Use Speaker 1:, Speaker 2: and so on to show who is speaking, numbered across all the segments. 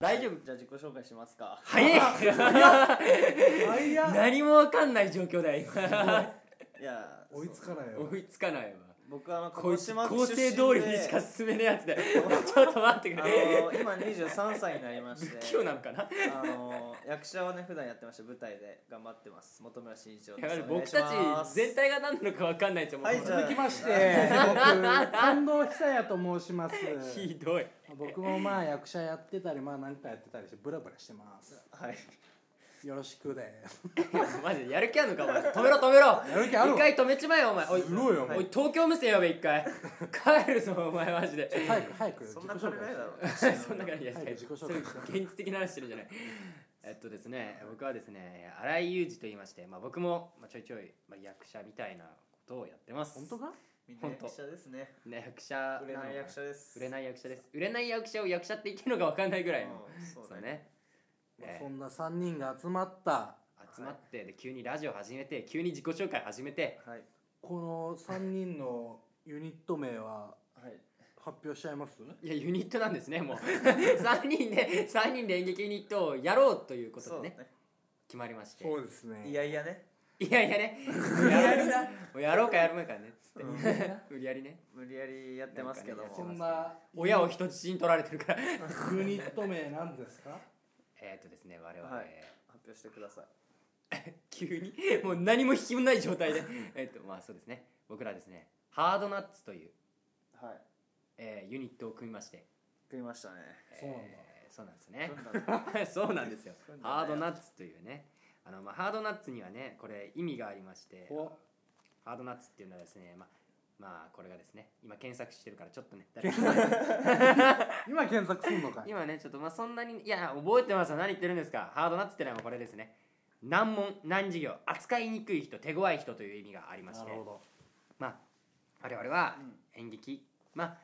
Speaker 1: 大丈夫じゃあ自己紹介しますか
Speaker 2: 早い
Speaker 3: あいや
Speaker 2: 何もわかんない状況だよ今
Speaker 1: いや
Speaker 3: 追いつかないよ
Speaker 2: 追いつかないわ
Speaker 1: 僕あの鹿
Speaker 2: こ
Speaker 1: 児
Speaker 2: いつ
Speaker 1: 島
Speaker 2: 構
Speaker 1: 出身で
Speaker 2: 成通りにしか進めねえやつだよちょっと待ってく
Speaker 1: あ
Speaker 2: れ
Speaker 1: の今23歳になりま して
Speaker 2: 不器用なのかな
Speaker 1: あの役者をね普段やってました舞台で頑張ってます本村新一郎
Speaker 2: や
Speaker 1: で
Speaker 2: ばい
Speaker 1: す
Speaker 2: 僕たち
Speaker 1: お願いします
Speaker 2: 全体が何なのかわかんないですよもう
Speaker 1: はいじゃあ
Speaker 3: 続きまして僕近藤久也と申し ます
Speaker 2: ひどい
Speaker 3: 僕もまあ役者やってたりまあ何かやってたりしてブラブラしてます
Speaker 1: はい
Speaker 3: よろしくです
Speaker 2: マジでやる気あるのかお前止めろ止めろ
Speaker 3: やる気ある
Speaker 2: 一回止めちまえよお前おい
Speaker 3: すごいよお
Speaker 2: お
Speaker 3: 前
Speaker 2: い東京無線呼べ一 回帰るぞお前マジで
Speaker 3: 早く早く自
Speaker 1: そ
Speaker 3: 己
Speaker 1: んな
Speaker 3: 紹
Speaker 1: 金
Speaker 3: 介
Speaker 1: ないだろ
Speaker 2: そんな感じで
Speaker 3: はい自己紹
Speaker 2: そ
Speaker 3: 介
Speaker 2: れ
Speaker 3: して
Speaker 2: 現実的な話してるんじゃない えっとですね僕はですね荒井裕二と言いまして、まあ、僕も、まあ、ちょいちょい、まあ、役者みたいなことをやってます
Speaker 3: 本当か
Speaker 1: みんな役者ですね
Speaker 2: ね役者
Speaker 1: 売れない役者です
Speaker 2: 売れ
Speaker 1: ない
Speaker 2: ない役者です売れない役者を役者って言ってるのか分かんないぐらいの
Speaker 1: そ
Speaker 2: そうう
Speaker 1: ね
Speaker 2: ねえー
Speaker 3: そんな三人が集まった
Speaker 2: 集まってで急にラジオ始めて急に自己紹介始めて
Speaker 1: はい
Speaker 3: この三人のユニット名は
Speaker 1: はい
Speaker 3: 発表しちゃいます
Speaker 2: いやユニットなんですねもう3人で三人で演劇ユニットをやろうということ
Speaker 1: そう
Speaker 2: で
Speaker 1: ね
Speaker 2: ね決まりまして
Speaker 3: そうですね
Speaker 1: いやいやね
Speaker 2: いやいやねやるなもうやろうかやるまいかねつって、
Speaker 1: うん
Speaker 2: 無理やりね
Speaker 1: 無理やりやってますけど
Speaker 2: なんか
Speaker 3: そ
Speaker 2: ね
Speaker 1: も
Speaker 3: んな
Speaker 2: 親を人質に取られてるから
Speaker 3: ユニット名なんですか
Speaker 2: えっとですね我々、
Speaker 1: はい発表してください
Speaker 2: 急にもう何も引きもない状態でえっとまあそうですね僕らですねハードナッツという、
Speaker 1: はい
Speaker 2: えーユニットを組みまして
Speaker 1: 食いましたね
Speaker 3: そうなんだ
Speaker 2: えーそうなんですね
Speaker 1: 組んだね
Speaker 2: そうなんですよ
Speaker 1: そうなんだよ
Speaker 2: ハードナッツというねあの、まあ、ハードナッツにはねこれ意味がありまして
Speaker 3: お
Speaker 2: ハードナッツっていうのはですねまあまあこれがですね今検索してるからちょっとね誰か
Speaker 3: 今検索するのかい
Speaker 2: 今ねちょっとまあそんなにいや覚えてますよ何言ってるんですかハードナッツってのはこれですね難問難事業扱いにくい人手強い人という意味がありまし
Speaker 3: な
Speaker 2: て
Speaker 3: るほ ど
Speaker 2: まあ我々は
Speaker 1: うん
Speaker 2: 演劇、まあ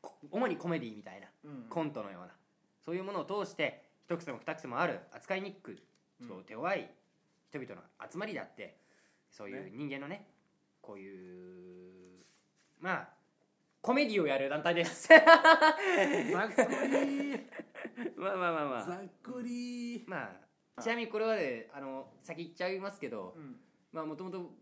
Speaker 2: こ主にコメディみたいな
Speaker 1: うん
Speaker 2: コントのようなそういうものを通して一癖も二癖もある扱いにくく
Speaker 1: うん
Speaker 2: そう手強い人々の集まりだってそうい
Speaker 1: ね
Speaker 2: う人間のねこういうまあコメディをやる団体で す
Speaker 3: ざっくり
Speaker 2: まあまあまあま
Speaker 3: ざ
Speaker 2: あ
Speaker 3: っくり
Speaker 2: まあちなみにこれはねあの先言っちゃいますけど
Speaker 1: うん
Speaker 2: まあもともと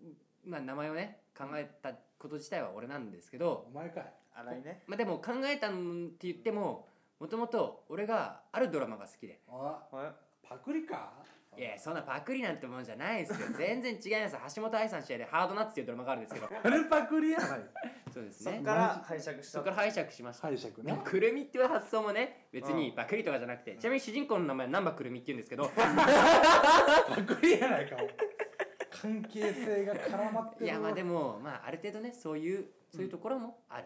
Speaker 2: 名前をね考えたこと自体は俺なんですけど、
Speaker 3: お前かい
Speaker 1: 荒いね
Speaker 2: まあ、でも考えたんって言ってももともと俺があるドラマが好きで
Speaker 3: あ
Speaker 1: はい
Speaker 3: パクリか
Speaker 2: いやそんなパクリなんてもんじゃないで すよ全然違います橋本愛さん主演で「ハードナッツ」っていうドラマがあるんですけど
Speaker 3: フルパクリやない
Speaker 2: そうです
Speaker 1: そっ
Speaker 2: ね
Speaker 1: から拝借した
Speaker 2: そこから拝借しました、
Speaker 3: 解釈
Speaker 2: で
Speaker 3: ね
Speaker 2: もくるみっていう発想もね別に
Speaker 1: うん
Speaker 2: パクリとかじゃなくて、ちなみに主人公の名前は難波くるみって言うんで すけど
Speaker 3: パクリやないかお前関係性が絡まって
Speaker 2: い
Speaker 3: る
Speaker 2: やまあで
Speaker 3: も、
Speaker 2: もまあある程度ねそういうそういうところもある、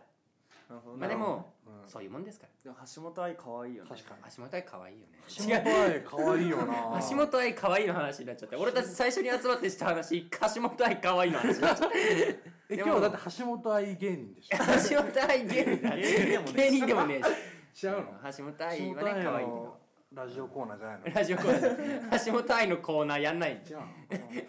Speaker 1: なるほど
Speaker 2: まあでも、
Speaker 3: うん
Speaker 2: そういうもんですから
Speaker 1: でも橋本愛可愛いよね
Speaker 3: 確かに
Speaker 2: 橋本愛可愛いよね
Speaker 3: 橋本愛可愛いよな
Speaker 2: 橋本愛可愛いの話になっちゃって俺たち最初に集まってした話橋本愛可愛いの話になっちゃ って
Speaker 3: え今日だって橋本愛芸人でしょ
Speaker 2: 橋本愛芸人だね
Speaker 1: 芸人でもね
Speaker 2: 芸人でもねえし
Speaker 3: 違うの
Speaker 2: 橋本愛
Speaker 3: 橋
Speaker 2: は
Speaker 3: 本
Speaker 2: ね
Speaker 3: 愛
Speaker 2: 可愛い
Speaker 3: のラジオコーナーじゃ ないの
Speaker 2: ラジオコーナー橋本愛のコーナーやんない
Speaker 3: 違う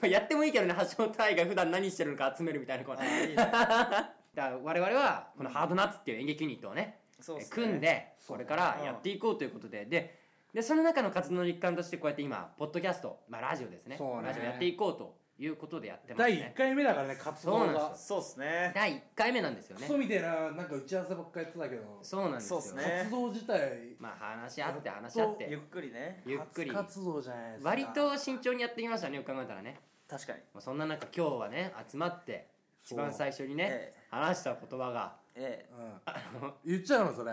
Speaker 3: の
Speaker 2: やってもいいけどね橋本愛が普段何してるのか集めるみたいなコーナ
Speaker 1: あ
Speaker 2: ー
Speaker 1: いいね
Speaker 2: だから我々はこのハードナッツっていう演劇ユニットをね
Speaker 1: そうっすね
Speaker 2: 組んで
Speaker 3: そう
Speaker 2: これ
Speaker 3: ね
Speaker 2: からやっていこうということでででその中の活動の一環としてこうやって今ポッドキャストまあラジオですね
Speaker 3: そうね
Speaker 2: ラジオやっていこうということでやってます
Speaker 3: 第一
Speaker 2: ね
Speaker 3: 回目だからね活動
Speaker 2: そうなんです
Speaker 3: が
Speaker 2: よ
Speaker 1: そうっすね
Speaker 2: 第1回目なんですよ
Speaker 3: ク
Speaker 2: ね
Speaker 3: ソみたいななんか打ち合わせばっかりやってたけど
Speaker 2: そうなんですよ
Speaker 1: そうっすね
Speaker 3: 活動自体
Speaker 2: まあ話し合って話し合っ
Speaker 1: ゆってくりね
Speaker 2: ゆっくり
Speaker 3: 初活動じゃないですか
Speaker 2: 割と慎重にやってきましたねよく考えたらね
Speaker 1: 確かに
Speaker 2: まあそんな中今日はね集まって一
Speaker 3: そう
Speaker 2: 番最初にね
Speaker 1: ええ
Speaker 2: 話した言葉が
Speaker 1: ええ
Speaker 3: うん言っちゃうのそれ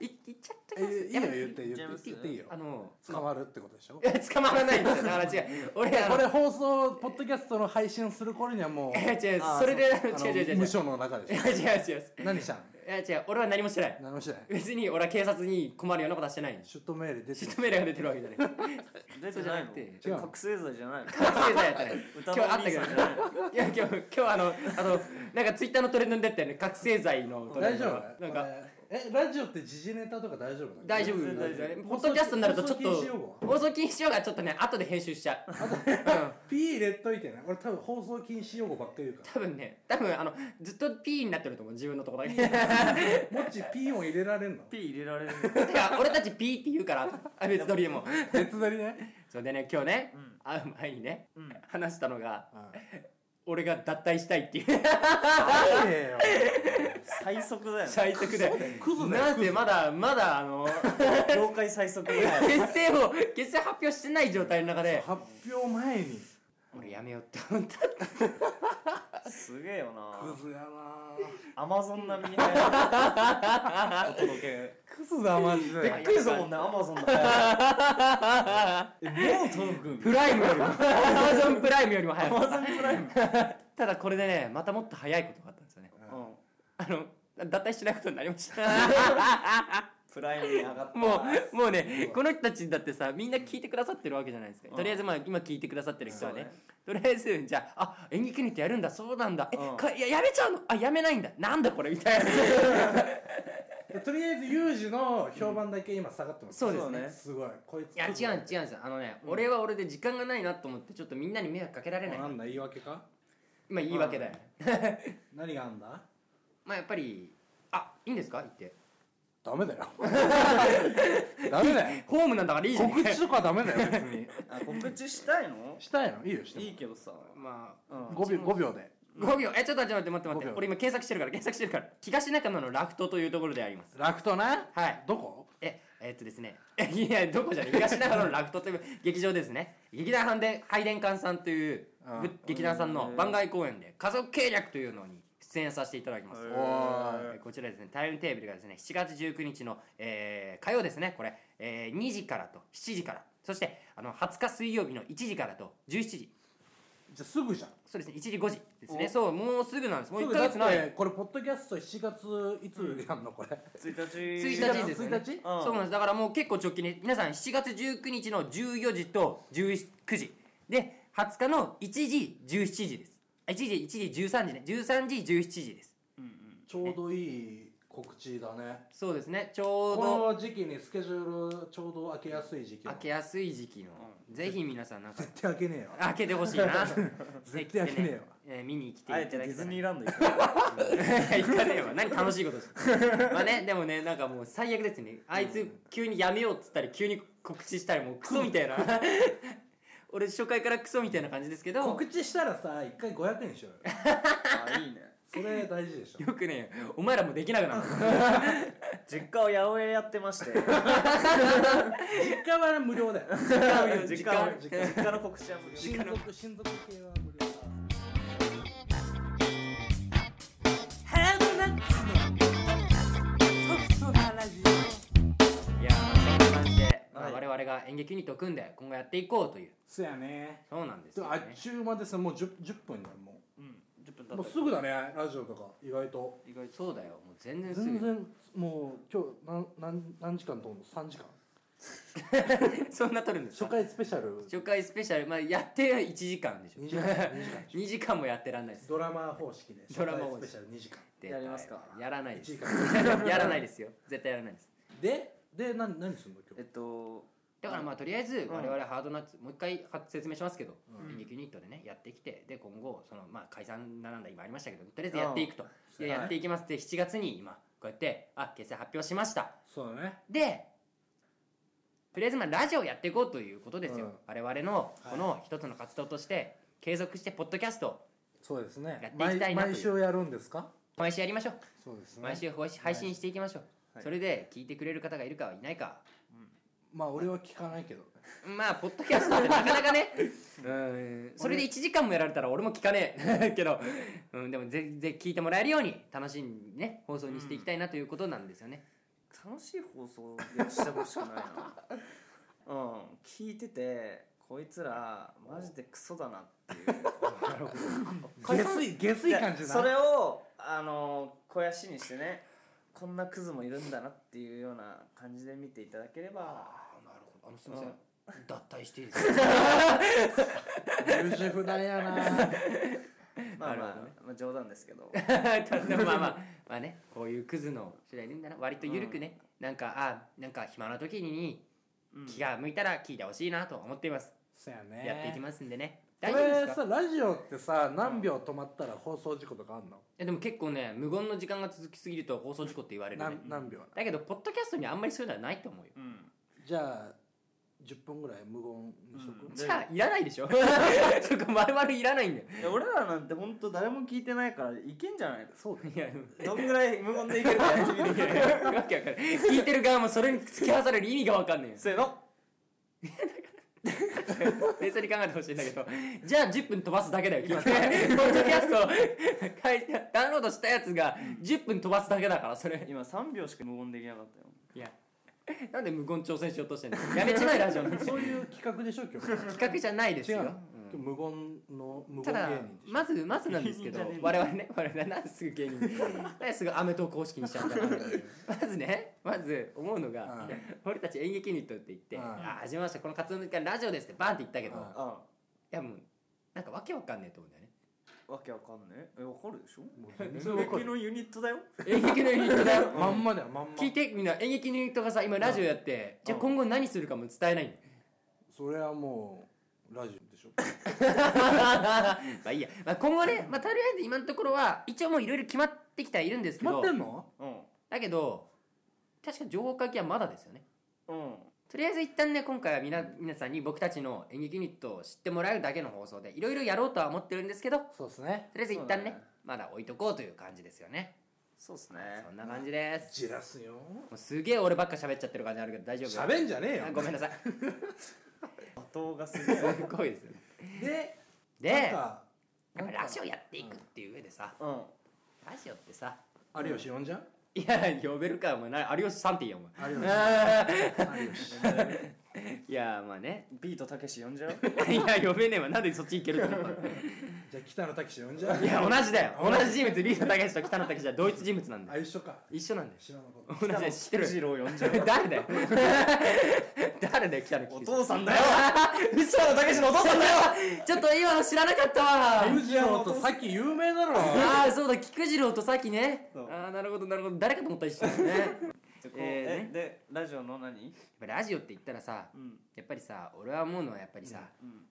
Speaker 2: い言っちゃって
Speaker 3: え
Speaker 2: ます
Speaker 3: いい
Speaker 2: や
Speaker 3: よ
Speaker 2: ば
Speaker 3: 言って
Speaker 1: 言っちゃい
Speaker 3: 言って言
Speaker 1: ま
Speaker 3: っ
Speaker 1: す
Speaker 3: て言っていいよ
Speaker 2: あの
Speaker 3: 捕まるってことでしょ
Speaker 2: いや捕まらないんですよだから違う俺あの
Speaker 3: これ放送ポッドキャストの配信する頃には もう
Speaker 2: いや違う
Speaker 1: あ
Speaker 2: それで
Speaker 3: あの
Speaker 2: 違う違う違う違う
Speaker 3: 無所の中で
Speaker 2: い
Speaker 3: し
Speaker 2: や違う違う
Speaker 3: ょ何したん
Speaker 2: いや違う俺は何もしてない
Speaker 3: 何 もしてない
Speaker 2: 別に俺は警察に困るようなことはしてない
Speaker 3: シュットメール出て
Speaker 2: 嫉
Speaker 3: る
Speaker 2: 妬命令が出てるわけじゃない
Speaker 1: 出て
Speaker 2: そうじゃ
Speaker 1: ない
Speaker 2: な
Speaker 1: の
Speaker 2: くて
Speaker 3: 違うの
Speaker 1: 覚醒剤じゃないの
Speaker 2: 覚醒剤やっ たね今
Speaker 1: 歌
Speaker 2: 日
Speaker 1: の
Speaker 2: あ
Speaker 1: お
Speaker 2: ったけ
Speaker 1: 兄さんじゃ
Speaker 2: どね
Speaker 1: ないの
Speaker 2: いや今日今日あのあのなんかツイッターのトレンドに出てたよね覚醒剤のトレ
Speaker 3: 大
Speaker 2: ンド
Speaker 3: 丈
Speaker 2: が
Speaker 3: 夫
Speaker 2: なんか
Speaker 3: こえラジオって時事ネタとか大丈夫なの
Speaker 2: 大丈夫
Speaker 1: 全然大丈
Speaker 2: ポッドキャストになるとちょっ
Speaker 3: 放送禁止用
Speaker 2: と
Speaker 3: 語
Speaker 2: 放送禁止用語はちょっとね後で編集しちゃう、うん、
Speaker 3: P 入れといてね俺多分放送禁止用語ばっかり言うか
Speaker 2: 多分ね多分あのずっと P になってると思う自分のとこだ けて
Speaker 3: らもっち P 音入れられん の
Speaker 1: ピー入れられる
Speaker 2: か俺たち P って言うからあ別撮りでも
Speaker 3: 別撮りね
Speaker 2: それでね今日ね
Speaker 1: うん
Speaker 2: 会う前にね
Speaker 1: うん
Speaker 2: 話したのが
Speaker 3: うん
Speaker 2: 俺が脱退したいっていう
Speaker 3: あれよ
Speaker 1: 最速だよね
Speaker 2: 最速でなぜまだまだあの
Speaker 1: 業界最速だよ
Speaker 2: 結成を結成発表してない状態の中で
Speaker 3: 発表前に
Speaker 2: 俺やめようって思った
Speaker 1: すげえよな
Speaker 3: クズやな
Speaker 1: アマゾン並みに早いお届け
Speaker 3: クズだマジ
Speaker 1: び
Speaker 3: で
Speaker 1: っくりしたもんねアマゾンの早いえもう届くん
Speaker 2: プライムよりもアマゾンプライムよりも
Speaker 1: ア
Speaker 2: 早
Speaker 1: マ
Speaker 2: い
Speaker 1: ゾンプライ ム
Speaker 2: ただこれでねまたもっと早いことがあったんですよね
Speaker 1: うん
Speaker 2: あの脱退しないことになりました
Speaker 1: プライムに上がった
Speaker 2: もうもうねこの人たちだってさみんな聞いてくださってるわけじゃないです
Speaker 1: う
Speaker 2: か
Speaker 1: ん
Speaker 2: とりあえずまあ今聞いてくださってる人はね
Speaker 1: そ
Speaker 2: とりあえずじゃああ演劇にってやるんだそうなんだえ
Speaker 1: うん
Speaker 2: かややめちゃうのあやめないんだなんだこれみたいな
Speaker 3: とりあえずユージの評判だけ今下がってます
Speaker 2: そうです
Speaker 1: そう
Speaker 2: ね
Speaker 1: ね
Speaker 3: すごいこいつ
Speaker 2: いや違うん違うんですよあのね、俺は俺で時間がないなと思ってちょっとみんなに迷惑かけられない
Speaker 3: なんだ言い訳か
Speaker 2: 今言い訳だよ、
Speaker 3: 何があんだ
Speaker 2: まあやっぱりあいいんですか言って
Speaker 3: ダ メだよダメだよ
Speaker 2: ホームなんだからいいじゃん
Speaker 3: 告知とかダメだよ別に
Speaker 1: あ告知したいの
Speaker 3: したいのいいよしても
Speaker 1: いいけどさ
Speaker 2: まあ
Speaker 1: うん
Speaker 3: 5秒五秒で
Speaker 2: 5秒えちょっと待って待って待って待っ
Speaker 3: 5
Speaker 2: て
Speaker 3: 秒
Speaker 2: 俺今検索してるから検索してるから東中野のラフトというところであります
Speaker 3: 楽とな
Speaker 2: はい
Speaker 3: どこ
Speaker 2: ええーっとですね いやどこじゃない東中野のラフトという劇場ですね劇団ハンデ配電館さんという
Speaker 3: うん
Speaker 2: ぶ劇団さんの
Speaker 1: うん
Speaker 2: 番外公演で家族計略というのに出演させていただきます
Speaker 1: へ
Speaker 3: お
Speaker 1: ー
Speaker 3: ー
Speaker 2: え
Speaker 3: い
Speaker 2: こちらですねタイムテーブルがですね7月19日の、えー火曜ですねこれ、えー2時からと7時からそしてあの20日水曜日の1時からと17時
Speaker 3: じゃあすぐじゃん
Speaker 2: そうですね1時5時ですね
Speaker 3: お
Speaker 2: そうもうすぐなんですもう
Speaker 3: す
Speaker 2: 1
Speaker 3: ぐ
Speaker 2: ヶ
Speaker 3: だっ
Speaker 2: 月ない
Speaker 3: てこれポッドキャスト7月いつやんのこれ
Speaker 1: 1日
Speaker 2: 1日ですよね
Speaker 3: 1日
Speaker 1: うん
Speaker 2: そうなんですだからもう結構直近に皆さん7月19日の14時と19時で20日の1時17時ですあ1時1時13時ね13時17時です
Speaker 1: うんうん
Speaker 3: ちょうどいい告知だね
Speaker 2: そうですねちょうど
Speaker 3: この時期にスケジュールちょうど開けやすい時期
Speaker 2: 開けやすい時期の、ぜひ皆さんなんか
Speaker 3: 絶対開けねえよ
Speaker 2: 開けてほしいな
Speaker 3: 絶対開けねえわ
Speaker 2: えー見に来てい
Speaker 1: あ
Speaker 2: ただ
Speaker 1: えてデ
Speaker 2: きたい
Speaker 1: ィズニーランド行く
Speaker 2: 行かねえわ何楽しい ことしてまあねでもねなんかもう最悪ですねあいつ急にやめようっつったり急に告知したりもうクソみたいな 俺初回からクソみたいな感じですけど
Speaker 3: 告知したらさ一回500円しようよ
Speaker 1: あいいね
Speaker 3: それ大事でしょ
Speaker 2: よくねお前らもできなくなる
Speaker 1: 実家を八百屋やってまして
Speaker 3: 実家は無 料だよ
Speaker 1: 実家を
Speaker 3: 実
Speaker 1: 実家の告知は無理
Speaker 3: 親族親族系は無料だ
Speaker 4: ハードナッツのソフトなラジオ
Speaker 2: いやーそんな感じで、まあ
Speaker 1: はい
Speaker 2: 我々が演劇にと組んで今後やっていこうという
Speaker 3: そやね
Speaker 2: そうなんです
Speaker 3: で
Speaker 2: よ、
Speaker 3: もあっ
Speaker 2: ね、
Speaker 3: ちゅう間ですねもう 10, 10分だよも
Speaker 1: うん10分経
Speaker 3: う
Speaker 1: っ
Speaker 3: も
Speaker 1: た
Speaker 3: うすぐだねラジオとか意外と
Speaker 1: 意外と
Speaker 2: そうだよもう全然す
Speaker 3: 全
Speaker 2: ぐ
Speaker 3: 然もう今日なんなん何時間と思う3時間
Speaker 2: そんな撮るんです
Speaker 3: 初
Speaker 2: か
Speaker 3: 回スペシャル
Speaker 2: 初回スペシャル、まあ、やって1時間でしょ
Speaker 3: 2時 間2時間
Speaker 2: 2時間もやってらんないです
Speaker 3: ドラマ方式で
Speaker 2: ドラマ方式
Speaker 3: 初回スペシャル2時間
Speaker 1: やりますか
Speaker 2: やらない
Speaker 3: 1
Speaker 2: です
Speaker 3: 時 間
Speaker 2: やらないですよ絶対やらないです
Speaker 3: でで何何すんの今
Speaker 1: えっと
Speaker 2: だからまあとりあえず
Speaker 1: うん
Speaker 2: 我々ハードナッツ、もう一回は説明しますけど、
Speaker 3: うん
Speaker 2: 演劇ユニットでねやってきてで今後そのまあ解散なんだ今ありましたけどとりあえずやっていくと、
Speaker 3: うん
Speaker 2: でやっていきますで7月に今こうやってあ結成発表しました
Speaker 3: 日そうだね
Speaker 2: でとりあえずまあラジオやっていこうということですよ、
Speaker 3: うん
Speaker 2: 我々のこの一つの活動として継続してポッドキャストを
Speaker 3: そうですね
Speaker 2: やっていきたいなという
Speaker 3: 毎毎週やるんですか
Speaker 2: 毎週やりましょう、
Speaker 3: そうですね
Speaker 2: 毎週ほし配信していきましょう、
Speaker 1: はい
Speaker 2: それで聞いてくれる方がいるかいないか
Speaker 3: まあ俺は聞かな いけど
Speaker 2: まあポッドキャストってなかなかねうんそれで1時間もやられたら俺も聞かねえ けど、うん、でもぜぜ聞いてもらえるように楽しいね放送にしていきたいなということなんですよね、
Speaker 1: 楽しい放送でしてほしくないなうん聞いててこいつらマジでクソだなっていう
Speaker 3: 下水下水感じだ
Speaker 1: それをあの肥やしにしてねこんなクズもいるんだなっていうような感じで見ていただければ
Speaker 2: ああなるほどあのすみ
Speaker 1: ません
Speaker 2: 脱退していいですか
Speaker 3: 優柔不断やな
Speaker 1: まあ
Speaker 2: な
Speaker 1: ま
Speaker 2: るほどね
Speaker 1: あ、まあ、冗談ですけど
Speaker 2: ただまあまあまあねこういうクズの次第でいいんだな割と緩くね、なんかあなんか暇な時に
Speaker 1: うん
Speaker 2: 気が向いたら聞いてほしいなと思っています、
Speaker 3: そうやね
Speaker 2: やっていきますんでね大
Speaker 3: こ
Speaker 2: 丈夫です
Speaker 3: れ
Speaker 2: か
Speaker 3: さラジオってさ何秒止まったら放送事故とかあんの
Speaker 2: えでも結構ね無言の時間が続きすぎると放送事故って言われるね
Speaker 3: 何何秒な
Speaker 2: だけどポッドキャストにあんまりそういうのはないと思うよ
Speaker 1: うん
Speaker 3: じゃあ10分ぐらい無言にしとく、
Speaker 1: うん
Speaker 2: じゃあいらないでしょそこ丸々いらないんだよ
Speaker 1: いや俺らなんて本当誰も聞いてないからいけんじゃない
Speaker 3: そうだ
Speaker 2: いや
Speaker 3: よ
Speaker 1: どんぐらい無言でいけるかやってみ
Speaker 2: いや
Speaker 1: る
Speaker 2: いやわけわかんない聞いてる側もそれに突き合わされる意味がわかんない よ
Speaker 1: せーの
Speaker 2: 冷静に考えてほしいんだけどじゃあ10分飛ばすだけだよ聞いてポッドキャストを書いてダウンロードしたやつが10分飛ばすだけだからそれ
Speaker 1: 今3秒しか無言できなかったよ
Speaker 2: いやなんで無言挑戦しようとしてんのやめちまえラジオなんて
Speaker 3: そういう企画でしょ今日
Speaker 2: 企画じゃないです
Speaker 3: 違う
Speaker 2: よ
Speaker 3: の、今日無言の無
Speaker 2: た
Speaker 3: 言芸
Speaker 2: だ
Speaker 3: 人でし
Speaker 2: まず
Speaker 3: ょ
Speaker 2: まずなんです けど
Speaker 1: 芸人じゃねえんだ
Speaker 2: 我々ね我々なんですぐ芸人なんですぐアメトー公式にしちゃうん だろうねまずねまず思うのが、
Speaker 3: うん
Speaker 2: 俺たち演劇ユニットって言って「
Speaker 3: うん
Speaker 2: あ始めましたこの活動の時間ラジオです」ってバンって言ったけど、
Speaker 3: うん
Speaker 2: い
Speaker 1: あ
Speaker 2: やもうなんかわけわかんねえと思うんだよね
Speaker 1: わけわかんねええわかるでしょ
Speaker 3: もう全然わか
Speaker 1: 演劇
Speaker 3: る
Speaker 1: のユニットだよ
Speaker 2: 演劇のユニットだよ
Speaker 3: まんまだよまんま
Speaker 2: 聞いてみんな演劇のユニットがさ今ラジオやって、じゃあ今後何するかも伝え ないんだよ
Speaker 3: それはもうラジオでしょ
Speaker 2: まあいいや、まあ、今後ね、まあ、とりあえず今のところは一応もういろいろ決まってきてはいるんですけ
Speaker 3: 決ま
Speaker 2: ど
Speaker 3: ってんの
Speaker 1: うん
Speaker 2: だけど確か情報会議はまだですよね
Speaker 1: うん
Speaker 2: とりあえず一旦ね今回はみな皆さんに僕たちの演劇ユニットを知ってもらうだけの放送でいろいろやろうとは思ってるんですけどと
Speaker 3: そうですね
Speaker 2: りあえず一旦ね
Speaker 1: そうだね
Speaker 2: まだ置いとこうという感じですよね
Speaker 1: そうっすね
Speaker 2: そんな感じです
Speaker 3: じらすよ
Speaker 2: もうすげえ俺ばっか喋っちゃってる感じあるけど大丈夫
Speaker 3: 喋んじゃねえ
Speaker 2: あ
Speaker 3: よ
Speaker 2: ごめんなさい
Speaker 1: 罵倒がすげ え
Speaker 2: すごいですね
Speaker 3: で
Speaker 2: で
Speaker 3: なん
Speaker 2: や
Speaker 3: か
Speaker 2: っぱラジオやっていくっていう上でさ
Speaker 1: うん
Speaker 2: ラジオってさ
Speaker 3: 有吉呼んじゃん
Speaker 2: いや呼べるかお前な有吉さんって言いよお前
Speaker 3: 有吉有 吉
Speaker 2: いやま あね
Speaker 1: ビートたけし呼ん じゃう
Speaker 2: いや呼べねえわなんでそっち行けると思ったの
Speaker 3: じゃあ北野武史呼んじゃん
Speaker 2: いや同じだよ同じ人物リーダー武志と北野武志は同一人物なんだよ
Speaker 3: あ一緒か
Speaker 2: 一緒なんだよ
Speaker 3: 知らなかった
Speaker 2: 同じだよ知ってる
Speaker 1: ジロー呼んじゃう
Speaker 2: 誰だよ 誰だよ北野
Speaker 1: お
Speaker 2: 武
Speaker 1: 父さんだよ嘘のたけしのお父さんだよ
Speaker 2: 志 ちょっと今の知らなかったわ
Speaker 3: 有吉郎とさっき有名だろ
Speaker 2: ああそうだ菊次郎とさっきね
Speaker 1: そう
Speaker 2: ああなるほどなるほど誰かと思った一緒だよね や
Speaker 1: で
Speaker 2: っ
Speaker 1: こう
Speaker 2: えー
Speaker 1: えでラジオの何
Speaker 2: ぱラジオって言ったらさ
Speaker 1: うん
Speaker 2: やっぱりさ俺は思うのはやっぱりさ、
Speaker 1: うん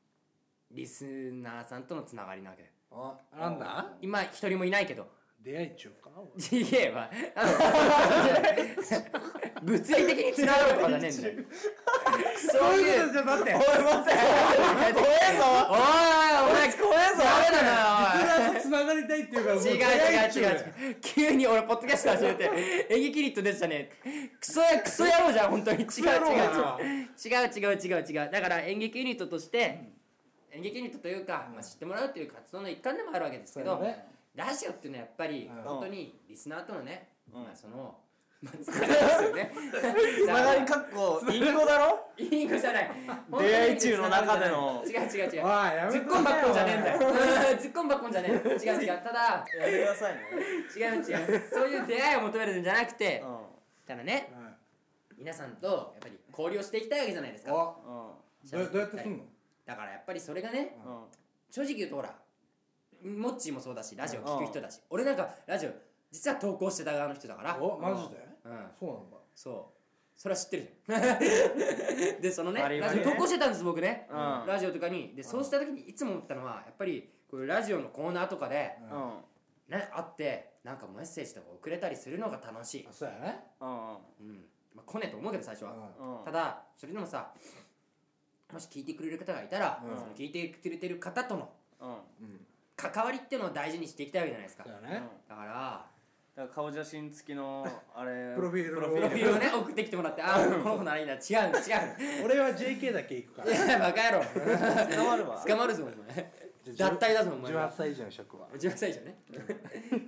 Speaker 2: リスナーさんとのつながりなわけだよ
Speaker 3: あなんだ
Speaker 2: 今一人もいない けど
Speaker 3: 出会い中か
Speaker 2: ちげえわあの 物理的につながるとかじゃねえんだよそういう
Speaker 3: じゃなくて
Speaker 1: おい待って怖えぞ
Speaker 2: おいおい俺怖えぞダメだなおい
Speaker 3: つながりたいっていうからも
Speaker 2: 違う違う違う違う急に俺ポッドキャスト始めて演劇ユニット出てたねクソやクソ野郎じゃん本当に違う違う
Speaker 3: 野郎だ
Speaker 2: 違う違う違う違う違うだから演劇ユニットとして演劇ユニットというか、まあ、知ってもらうという活動の一環でもあるわけですけど、
Speaker 3: そうだね
Speaker 2: ラジオっていうのはやっぱり
Speaker 3: うん
Speaker 2: 本当にリスナーとのね、
Speaker 1: うん
Speaker 2: まあその、まあ、つながりですよね
Speaker 1: つながりかっこ隠語だ ろ
Speaker 2: いい子じゃない
Speaker 1: 出会い中の中での
Speaker 2: 本当につながりじゃない違う違う違う
Speaker 3: ああやめ
Speaker 2: ツッコンばっこんじゃねえんだよ ツッコンばっこんじゃねえ違う違うただ
Speaker 1: やめてくださ いね
Speaker 2: 違う違うそういう出会いを求めるんじゃなくて
Speaker 1: う
Speaker 2: ただね皆さんとやっぱり交流をしていきたいわけじゃないですか
Speaker 3: あ
Speaker 1: んうん
Speaker 3: どうどうやってすんの
Speaker 2: だからやっぱりそれがね
Speaker 1: うん
Speaker 2: 正直言うとほらモッチーもそうだしラジオ聞く人だし俺なんかラジオ実は投稿してた側の人だから
Speaker 3: おマジで
Speaker 2: うん
Speaker 3: そうなんだ
Speaker 2: そうそれは知ってるじゃん でそのね
Speaker 1: バリバ
Speaker 2: ラ
Speaker 1: リ
Speaker 2: ジ
Speaker 1: ね
Speaker 2: オ投稿してたんです僕ね、
Speaker 1: うん
Speaker 2: ラジオとかにでそうした時にいつも思ったのはやっぱりこういうラジオのコーナーとかで、
Speaker 3: う
Speaker 1: うん
Speaker 2: ね、会ってなんかメッセージとか送れたりするのが楽しい
Speaker 3: あ、そうやね
Speaker 1: うん
Speaker 2: うんまあ、来ねえと思うけど最初は、
Speaker 3: う
Speaker 1: うん
Speaker 2: ただそれでもさもし聞いてくれる方がいたら、
Speaker 3: うん
Speaker 2: その聞いてくれてる方との
Speaker 1: うん
Speaker 3: んうん
Speaker 2: 関わりっていうのを大事にしていきたいわけじゃないですか
Speaker 3: そう
Speaker 2: だ
Speaker 3: や
Speaker 1: うん
Speaker 3: ね
Speaker 2: から
Speaker 1: だから顔写真付きのあれ
Speaker 3: プロフィールを
Speaker 1: プロフィー
Speaker 2: プロフ
Speaker 1: ル
Speaker 2: ィールをね送ってきてもらってああこの子ならいいな違う違う
Speaker 3: 俺は JK だけ行くから
Speaker 2: いやバカ野郎
Speaker 1: 捕まるわ
Speaker 2: 捕まるぞお前
Speaker 3: じゃあ
Speaker 2: 脱退だぞお前
Speaker 3: 18
Speaker 2: は
Speaker 3: 歳以上の職は
Speaker 2: 18歳じゃね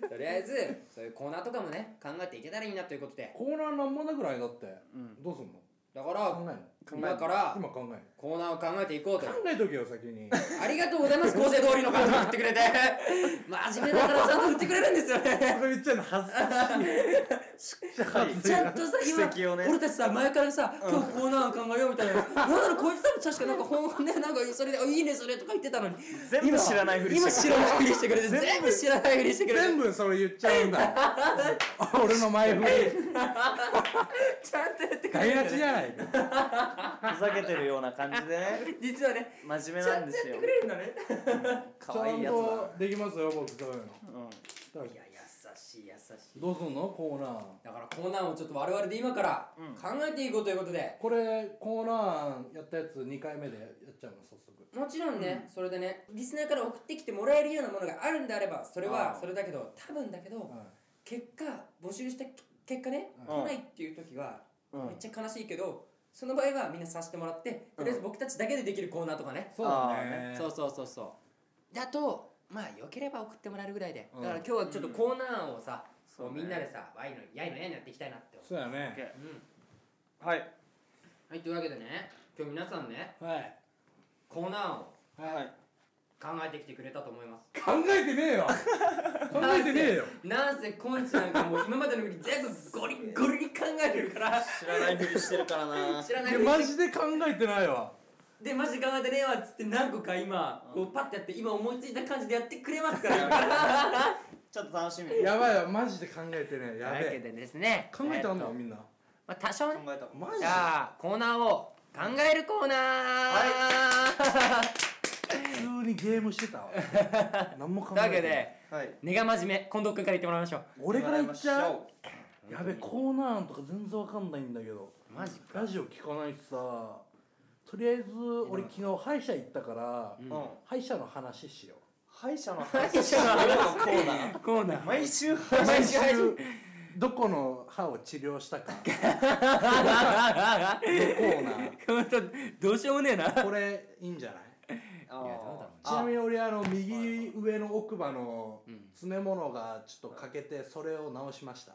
Speaker 2: とりあえずそういうコーナーとかもね考えていけたらいいなということで
Speaker 3: コーナーなんもなくないだって
Speaker 1: うん
Speaker 3: どうすんの
Speaker 2: だから
Speaker 3: 考えんの考え
Speaker 2: 今から
Speaker 3: 今考える
Speaker 2: コーナーを考えていこうと
Speaker 3: 考えとけよ先に
Speaker 2: ありがとうございます構成通りの感じを振ってくれて真面目だからちゃんと振ってくれるんですよ ね
Speaker 3: それ言っちゃうの恥ずか
Speaker 1: はい
Speaker 2: ちゃんとさ
Speaker 1: 奇跡
Speaker 2: 今、
Speaker 1: をね
Speaker 2: 俺たちさ前からさ今日コーナー考えようみたいな、なんだろうこいつ多分確かなんか本ねなんかそれであいいねそれとか言ってたのに
Speaker 1: 全部知らないふりして
Speaker 2: 今知らないふりしてくれて
Speaker 3: 全部
Speaker 2: 全部知らないふりしてくれて
Speaker 3: 全部それ言っちゃうん だ俺の前振 り
Speaker 2: ちゃんとやってくれ
Speaker 3: 台
Speaker 2: るん
Speaker 3: 無
Speaker 2: だ
Speaker 3: し
Speaker 2: よ
Speaker 3: じ
Speaker 2: ね
Speaker 3: ゃないか
Speaker 1: ふざけてるような感じでね
Speaker 2: 実はね
Speaker 1: 真面
Speaker 2: ち
Speaker 1: 目
Speaker 2: ゃ
Speaker 1: なんで
Speaker 2: んとや
Speaker 1: す
Speaker 2: っ
Speaker 1: よ
Speaker 2: てくれるんだね
Speaker 1: 可愛いやつだ
Speaker 3: ちゃんとできますよ僕そうい
Speaker 1: う
Speaker 3: うの
Speaker 1: ん
Speaker 3: だか
Speaker 2: いや優しい優し
Speaker 3: ら
Speaker 2: い
Speaker 3: どうすんのコーナー
Speaker 2: だからコーナーをちょっと我々で今から考えていこうということで、
Speaker 3: これコーナーやったやつ2回目でやっちゃうの早速
Speaker 2: もちろんね、それでねリスナーから送ってきてもらえるようなものがあるんであればそれは
Speaker 1: あー
Speaker 2: それだけど多分だけど、
Speaker 3: はい
Speaker 2: 結果募集した結果ね、
Speaker 1: うん
Speaker 2: 来ないっていう時は、
Speaker 1: うん
Speaker 2: めっちゃ悲しいけどその場合はみんなさせてもらってとりあえず僕たちだけでできるコーナーとかね、
Speaker 3: そうだね
Speaker 2: そうそうそうそうだとまあ良ければ送ってもらえるぐらいで、
Speaker 3: うん
Speaker 2: だから今日はちょっとコーナーをさ、
Speaker 1: うん
Speaker 2: こうみんなでさワイのやいのやいのやっていきたいなって思
Speaker 3: そうだね
Speaker 2: う、うん、
Speaker 1: はい
Speaker 2: はいというわけでね今日皆さんね
Speaker 3: はい
Speaker 2: コーナーを
Speaker 1: はい
Speaker 2: 考えてきてくれたと思います
Speaker 3: 考えてねえよ考えてねえよ
Speaker 2: なんせコンチなんかもう今までのより全部ゴリゴリに考えてるから
Speaker 1: 知らないふりしてるからな
Speaker 2: 知らないい
Speaker 3: や
Speaker 2: ふり
Speaker 3: マ
Speaker 2: して
Speaker 3: ジで考えてないわ
Speaker 2: でマジで考えてねえわっつって何個か今こうパッてやって今思いついた感じでやってくれます から
Speaker 1: ちょっと楽しみ
Speaker 3: やばいわマジで考えてねえや
Speaker 2: というわけ
Speaker 3: べえ
Speaker 2: でですね
Speaker 3: 考えてあんの
Speaker 2: えっと
Speaker 3: みんな
Speaker 2: まあ多少ね
Speaker 1: 考えた
Speaker 3: マ
Speaker 2: じゃあコーナーを考えるコーナー、
Speaker 3: ジで普通にゲームしてたわ何も考え
Speaker 2: と
Speaker 3: て
Speaker 2: いうわ
Speaker 3: ない
Speaker 2: けで
Speaker 1: はい
Speaker 2: 根が真面目近藤君から言ってもらいましょう
Speaker 3: 俺から言っちゃ
Speaker 1: もらいうまし
Speaker 3: やべコーナーとか全然わかんないんだけど
Speaker 2: マジか
Speaker 3: ラジオ聞かないしさとりあえず俺昨日歯医者行ったから、
Speaker 1: ょううん
Speaker 3: 歯医者の話しよ
Speaker 1: 歯医者の
Speaker 2: 歯医
Speaker 1: 話
Speaker 2: 者の 話
Speaker 1: コーナー
Speaker 2: コ ーナー
Speaker 1: 毎週
Speaker 3: う
Speaker 1: 歯医
Speaker 2: 毎週歯医者
Speaker 3: どこの歯を治療したか
Speaker 2: コ
Speaker 3: のコーナー
Speaker 2: ーナーどうしようもねえな
Speaker 3: これいいんじゃない
Speaker 1: 者の
Speaker 2: いやどうだろうね
Speaker 3: ちなみ
Speaker 1: に
Speaker 3: に俺あの右上の奥歯の
Speaker 2: うん
Speaker 3: 詰め物がちょっと欠けてそれを直しました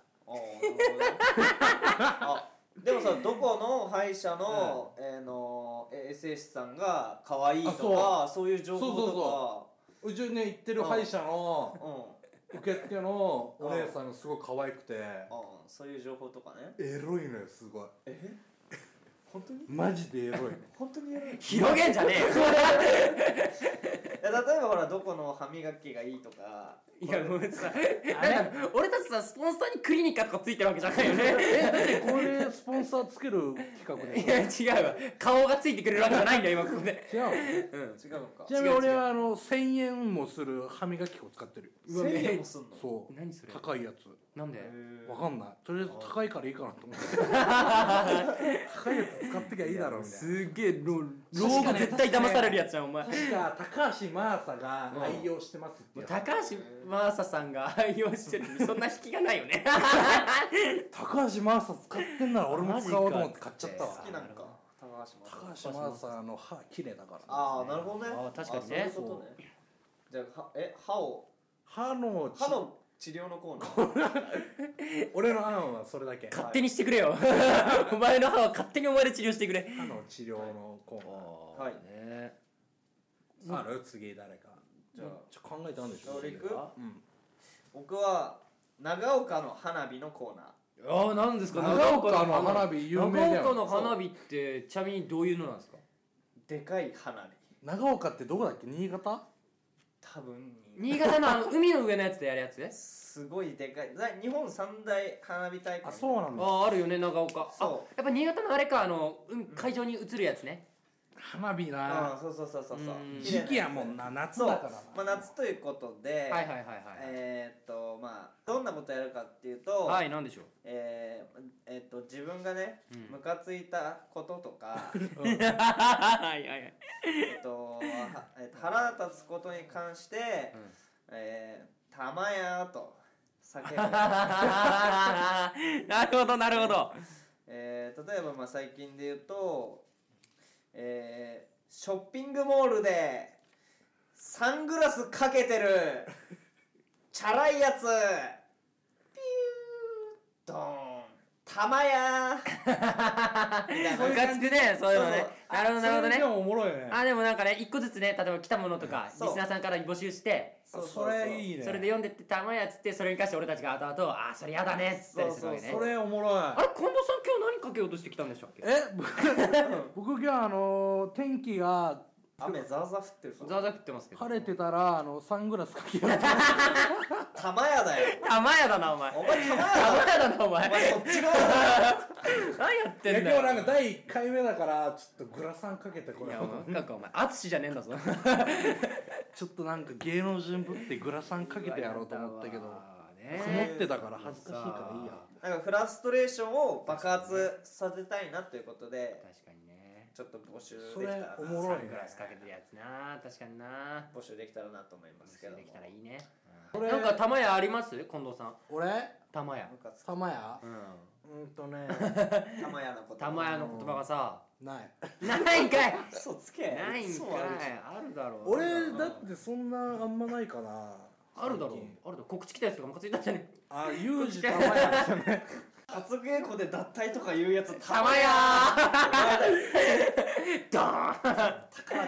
Speaker 1: でもさどこの歯医者の,、えーのえーエッセイ師さんが可愛いとかそういう情報とか
Speaker 3: そううちね行ってる歯医者の
Speaker 1: う ん
Speaker 3: 受付のお姉さんがすごい可愛くて
Speaker 1: うんそういう情報とかね
Speaker 3: エロいのよすごい
Speaker 1: え本当に
Speaker 3: マジでエロいの
Speaker 1: 本当にやるいや
Speaker 2: 広げんじゃね
Speaker 1: 例えばほらどこの歯磨きがいいとか
Speaker 2: えよいやごめんさなんか俺たちさスポンサーにクリニカとかついてるわけじゃないよ ね
Speaker 3: えだってこれスポンサーつける企画で
Speaker 2: いや違うわ顔がついてくれるわけじゃないんだよ今ここ で
Speaker 3: 違うの
Speaker 2: うん
Speaker 1: 違うのか
Speaker 3: ちなみに俺はあの1000円もする歯磨き粉使ってる
Speaker 2: うわめ
Speaker 1: 1000円もすんの
Speaker 3: そう
Speaker 2: 何それ
Speaker 3: 高いやつ
Speaker 2: なんで
Speaker 1: へー
Speaker 3: わかんないとりあえず高いからいいかなと思って 高いやつ使ってきゃいいだろうみたいな
Speaker 2: すげえ老老後絶対騙されるやつじゃんお前
Speaker 3: 確か高橋真麻が愛用してますって
Speaker 2: もう
Speaker 3: やつ
Speaker 2: 高橋真麻さんが愛用してるのにそんな引きがないよ ね
Speaker 3: 高橋真麻使ってんなら俺も使おうと思って買っちゃったわ
Speaker 1: 好きなんか高橋も
Speaker 3: 高橋真麻の歯綺麗だから
Speaker 1: ああなるほどね
Speaker 2: あー確かにね
Speaker 1: あそういうことねじゃあはえ歯を
Speaker 3: 歯のち
Speaker 1: 歯の治療のコーナー
Speaker 3: 俺の案はそれだけ
Speaker 2: 勝手にしてくれよお前の歯は勝手にお前で治療してくれ
Speaker 3: 歯の治療のコ
Speaker 1: はい
Speaker 2: ね
Speaker 3: ーナーある次誰か
Speaker 1: じゃあ
Speaker 3: ちょ考えてあるんでしょ
Speaker 1: 俺行く
Speaker 3: うん
Speaker 1: 僕は長岡の花火のコーナー
Speaker 2: ああ何ですか
Speaker 3: 長岡の花火有名だ
Speaker 2: 長岡
Speaker 3: よ
Speaker 2: の花火ってちなみにどういうのなんですか
Speaker 1: でかい花火
Speaker 3: 長岡ってどこだっけ新潟
Speaker 1: 多分に
Speaker 2: 新潟のあの海の上のやつでやるやつ
Speaker 1: すごいでかいだ日本三大花火大会
Speaker 3: あそうなん
Speaker 2: あ
Speaker 3: だ
Speaker 2: ああるよね長岡あ
Speaker 1: そう
Speaker 2: やっぱ新潟のあれかあの海海上に映るやつね
Speaker 3: 花火
Speaker 1: あ
Speaker 3: な
Speaker 1: そうそうそうそうそう
Speaker 2: うん
Speaker 1: 綺麗
Speaker 3: 時
Speaker 1: な
Speaker 3: 期やもんな夏
Speaker 1: そ
Speaker 3: だ
Speaker 1: う
Speaker 3: からな
Speaker 1: まあ夏ということで
Speaker 2: はいはいはいはい
Speaker 1: えーっとまあどんなことやるかっていうと
Speaker 2: はいなんでしょう
Speaker 1: えーえーっと自分がね
Speaker 2: うん
Speaker 1: ムカついたことと か
Speaker 2: はいはいはい
Speaker 1: えーっとはえーっと腹立つことに関して
Speaker 2: うん
Speaker 1: えーたまやーと叫ぶ
Speaker 2: なるほどなるほど
Speaker 1: えー例えばまあ最近で言うと、えーショッピングモールでサングラスかけてるチャラいやつピュードーン玉やーみたいな
Speaker 2: ムカつくねそういうのね
Speaker 1: そうそう
Speaker 2: なるほどなるほど
Speaker 3: それで
Speaker 2: ね
Speaker 3: もおもろいよね
Speaker 2: あでもなんかね一個ずつね例えば来たものとか
Speaker 1: そう
Speaker 2: リスナーさんから募集して
Speaker 1: そうそう
Speaker 3: そうれいいね
Speaker 2: それで読んでってたまやっつってそれに関して俺たちが後々ああそれやだねっつったりするわけね
Speaker 3: それおもろい
Speaker 2: あれ近藤さん今日何かけようとしてきたんでしたっけ
Speaker 3: え 僕僕今日あのー天気が
Speaker 1: 雨ザーザー降ってるか
Speaker 2: ザ
Speaker 1: ら
Speaker 2: ーザー降ってますけど
Speaker 3: 晴れてたらあのサングラスかけようと
Speaker 1: 玉やだよ
Speaker 2: たまやだなお前
Speaker 1: お前玉や
Speaker 2: たま
Speaker 1: だ
Speaker 2: や
Speaker 1: ろ
Speaker 2: だなお前
Speaker 1: お前そっち側だろ
Speaker 2: 何やっ
Speaker 3: い
Speaker 2: て
Speaker 3: や
Speaker 2: ん
Speaker 3: 今
Speaker 2: だよ
Speaker 3: 日なんか第1回目だからちょっとグラサンかけてこ
Speaker 2: い
Speaker 3: れ
Speaker 2: やお前なんかお前淳じゃねえんだぞ
Speaker 3: ちょっとなんか芸能人ぶってグラサンかけてやろうと思ったけど
Speaker 2: う
Speaker 3: 曇
Speaker 2: わ
Speaker 1: 曇
Speaker 3: ってたから恥ずかしいからいいや
Speaker 1: なんかフラストレーションを爆発させたいなということで
Speaker 2: 確かにね
Speaker 1: ちょっと募集
Speaker 3: そ
Speaker 1: でき
Speaker 3: れ
Speaker 1: たらな
Speaker 3: おもろい
Speaker 2: サン
Speaker 3: ね
Speaker 2: グラスかけてるやつな確かにな
Speaker 1: 募集できたらなと思いますけども
Speaker 2: できたらいいね
Speaker 3: これ
Speaker 2: なんか玉屋あります近藤さん
Speaker 3: 俺
Speaker 2: 玉屋
Speaker 1: ムカつく
Speaker 3: 玉や
Speaker 2: うん
Speaker 3: うんと ね
Speaker 1: 玉やのこと
Speaker 2: 玉屋の言葉がさ
Speaker 3: ない
Speaker 2: ないんかい
Speaker 1: 嘘つけ
Speaker 2: ないんかい
Speaker 1: 嘘はある
Speaker 2: あるだろう
Speaker 3: 俺だってそんなあんまないかな
Speaker 2: あるだろう
Speaker 3: 最近
Speaker 2: あるだろう告知来たやつとかムカついたんじゃねえ
Speaker 3: あユージ玉や
Speaker 1: 初稽古で脱退とか言うやつ
Speaker 2: 玉屋ドーン
Speaker 1: 高ら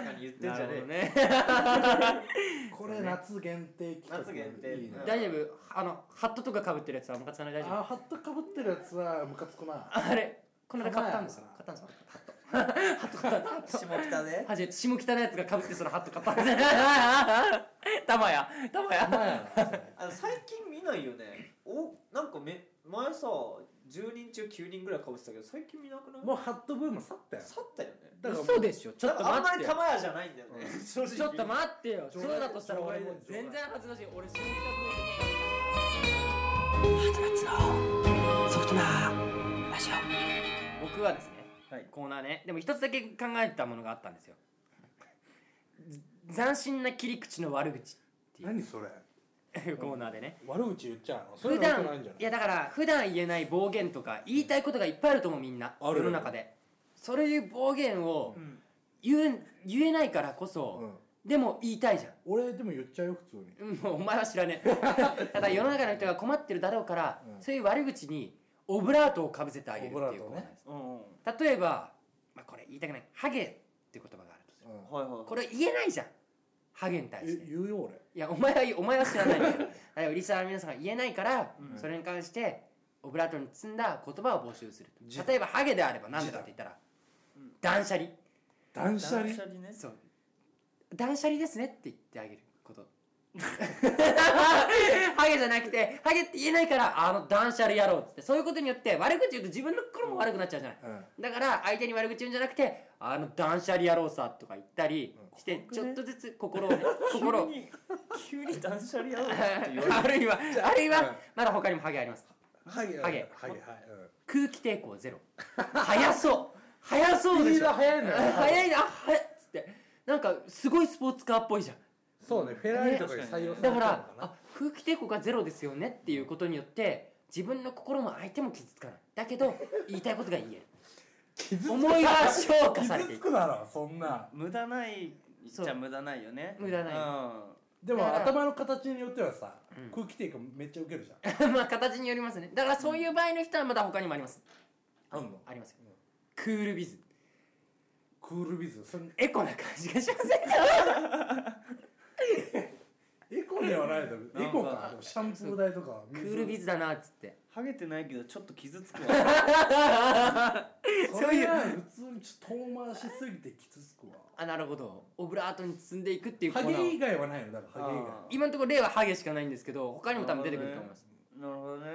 Speaker 1: かに言ってんじゃねえよ
Speaker 2: ね
Speaker 3: これ夏限定企画
Speaker 1: 夏限定
Speaker 3: いいね
Speaker 1: うん
Speaker 2: 大丈夫あのハットとかかぶってるやつはムカつかない大丈夫
Speaker 3: あハットかぶってるやつはムカつくな
Speaker 2: あれこの間買ったんですよ
Speaker 3: 玉屋
Speaker 2: 買ったんですよハットハット買った
Speaker 1: 下北で
Speaker 2: はじめ下北のやつがかぶってそのハット買ったんですよ 玉屋玉屋
Speaker 3: 玉やなそれ
Speaker 1: あの最近見ないよねおなんかめ前さ10人中9人ぐらいかぶってたけど最近見なくない
Speaker 3: もうハットブーム去ったよ
Speaker 1: 去ったよね
Speaker 3: だからもう
Speaker 2: 嘘でしょちょっと
Speaker 1: なんかあん
Speaker 2: 待
Speaker 1: ま
Speaker 2: って
Speaker 1: り
Speaker 2: よ
Speaker 1: 玉屋じゃないんだよね、正直
Speaker 2: ちょっと待ってよそうだとしたら俺もう
Speaker 3: ちょうだい
Speaker 2: 全然恥ずかしい俺下北の僕はですね、
Speaker 1: はい
Speaker 2: コーナーねでも一つだけ考えたものがあったんですよ ず斬新な切り口の悪口っていう
Speaker 3: 何それ
Speaker 2: コーナーでね
Speaker 3: 悪口言っちゃうのそれ
Speaker 2: 普
Speaker 3: は良く
Speaker 2: 段
Speaker 3: ないんじゃない
Speaker 2: いやだから普段言えない暴言とか言いたいことがいっぱいあると思うみんな
Speaker 3: ある
Speaker 2: 世の中でそういう暴言を言え,、言えないからこそ、
Speaker 3: うん
Speaker 2: でも言いたいじゃん
Speaker 3: 俺でも言っちゃうよ普通に
Speaker 2: うんもうお前は知らねえ ただ世の中の人が困ってるだろうから、
Speaker 3: うん
Speaker 2: そういう悪口にオブラートをかぶせてあげるっていう
Speaker 3: オブラー
Speaker 2: コ
Speaker 3: トね
Speaker 2: ーナーです
Speaker 1: うんうん
Speaker 2: 例えば、まあ、これ言いたくない「ハゲ」っていう言葉があるとする
Speaker 3: うん
Speaker 1: はいはい
Speaker 2: これ言えないじゃんハゲに対し
Speaker 3: え
Speaker 2: て
Speaker 3: 言うよ俺
Speaker 2: いやお前は言うお前は知らないんだよだからリスナーの皆さんが言えないから、それに関してオブラートに包んだ言葉を募集する
Speaker 3: 自
Speaker 2: 例えばハゲであれば何だって言ったら断捨離
Speaker 3: 断捨
Speaker 1: 断
Speaker 3: 離
Speaker 1: 捨離ね
Speaker 2: そう断捨離ですねって言ってあげることハゲじゃなくてハゲって言えないからあの断捨離やろうっつってそういうことによって悪口言うと自分の心も悪くなっちゃうじゃない、
Speaker 3: うん
Speaker 2: だから相手に悪口言うんじゃなくてあの断捨離やろうさとか言ったりして、ちょっとずつ心をね 心を
Speaker 1: 急に急に断捨離やろうって 言われ
Speaker 2: あるいはあるい
Speaker 3: うん
Speaker 2: はまだ他にもハゲあります
Speaker 3: ハゲ
Speaker 2: ハゲ
Speaker 3: ハゲはい
Speaker 2: 空気抵抗ゼロ速そう速そうで
Speaker 3: ス
Speaker 2: し
Speaker 3: ピード
Speaker 2: ょ
Speaker 3: 速いのよ
Speaker 2: 速いなあ速いっつってなんかすごいスポーツカーっぽいじゃん
Speaker 3: そうねフェラーリとかに採用されて
Speaker 2: だ
Speaker 3: る
Speaker 2: か
Speaker 3: の
Speaker 2: ら
Speaker 3: かな
Speaker 2: あ空気抵抗がゼロですよねっていうことによって自分の心も相手も傷つかないだけど言いたいことが言える
Speaker 3: 傷
Speaker 2: 思いが消化されてい
Speaker 3: 傷つ
Speaker 2: く
Speaker 3: くだろそんな
Speaker 1: 無駄ない
Speaker 2: そう
Speaker 1: じゃ無駄ないよね
Speaker 2: 無駄ない
Speaker 1: うん
Speaker 3: でも
Speaker 2: だから
Speaker 3: 頭の形によってはさ
Speaker 2: うん
Speaker 3: 空気抵抗めっちゃ受けるじ
Speaker 2: まあ形によりますねだからそういう場合の人はまた他にもあります
Speaker 3: ゃんあんの
Speaker 2: ありますよ
Speaker 3: うん
Speaker 2: クールビズ
Speaker 3: クールビズそれ
Speaker 2: エコな感じがしませんか
Speaker 3: エコではないだろ
Speaker 1: ん
Speaker 3: エコかでもシャンプー代とか
Speaker 2: クールビズだなっつって
Speaker 1: ハゲてないけどちょっと傷つくわ
Speaker 3: ズ
Speaker 2: そ
Speaker 3: そうう
Speaker 2: い
Speaker 3: いうう普通にちょっと遠回しすぎて傷つくわ
Speaker 2: あなるほどオブラートに包んでいくっていうコ
Speaker 3: ハ
Speaker 2: ーナーを
Speaker 3: ゲ以外はないのだからハゲ以外
Speaker 1: あー
Speaker 2: 今のところ例はハゲしかないんですけど他にも多分出てくると思います、
Speaker 1: なるほどね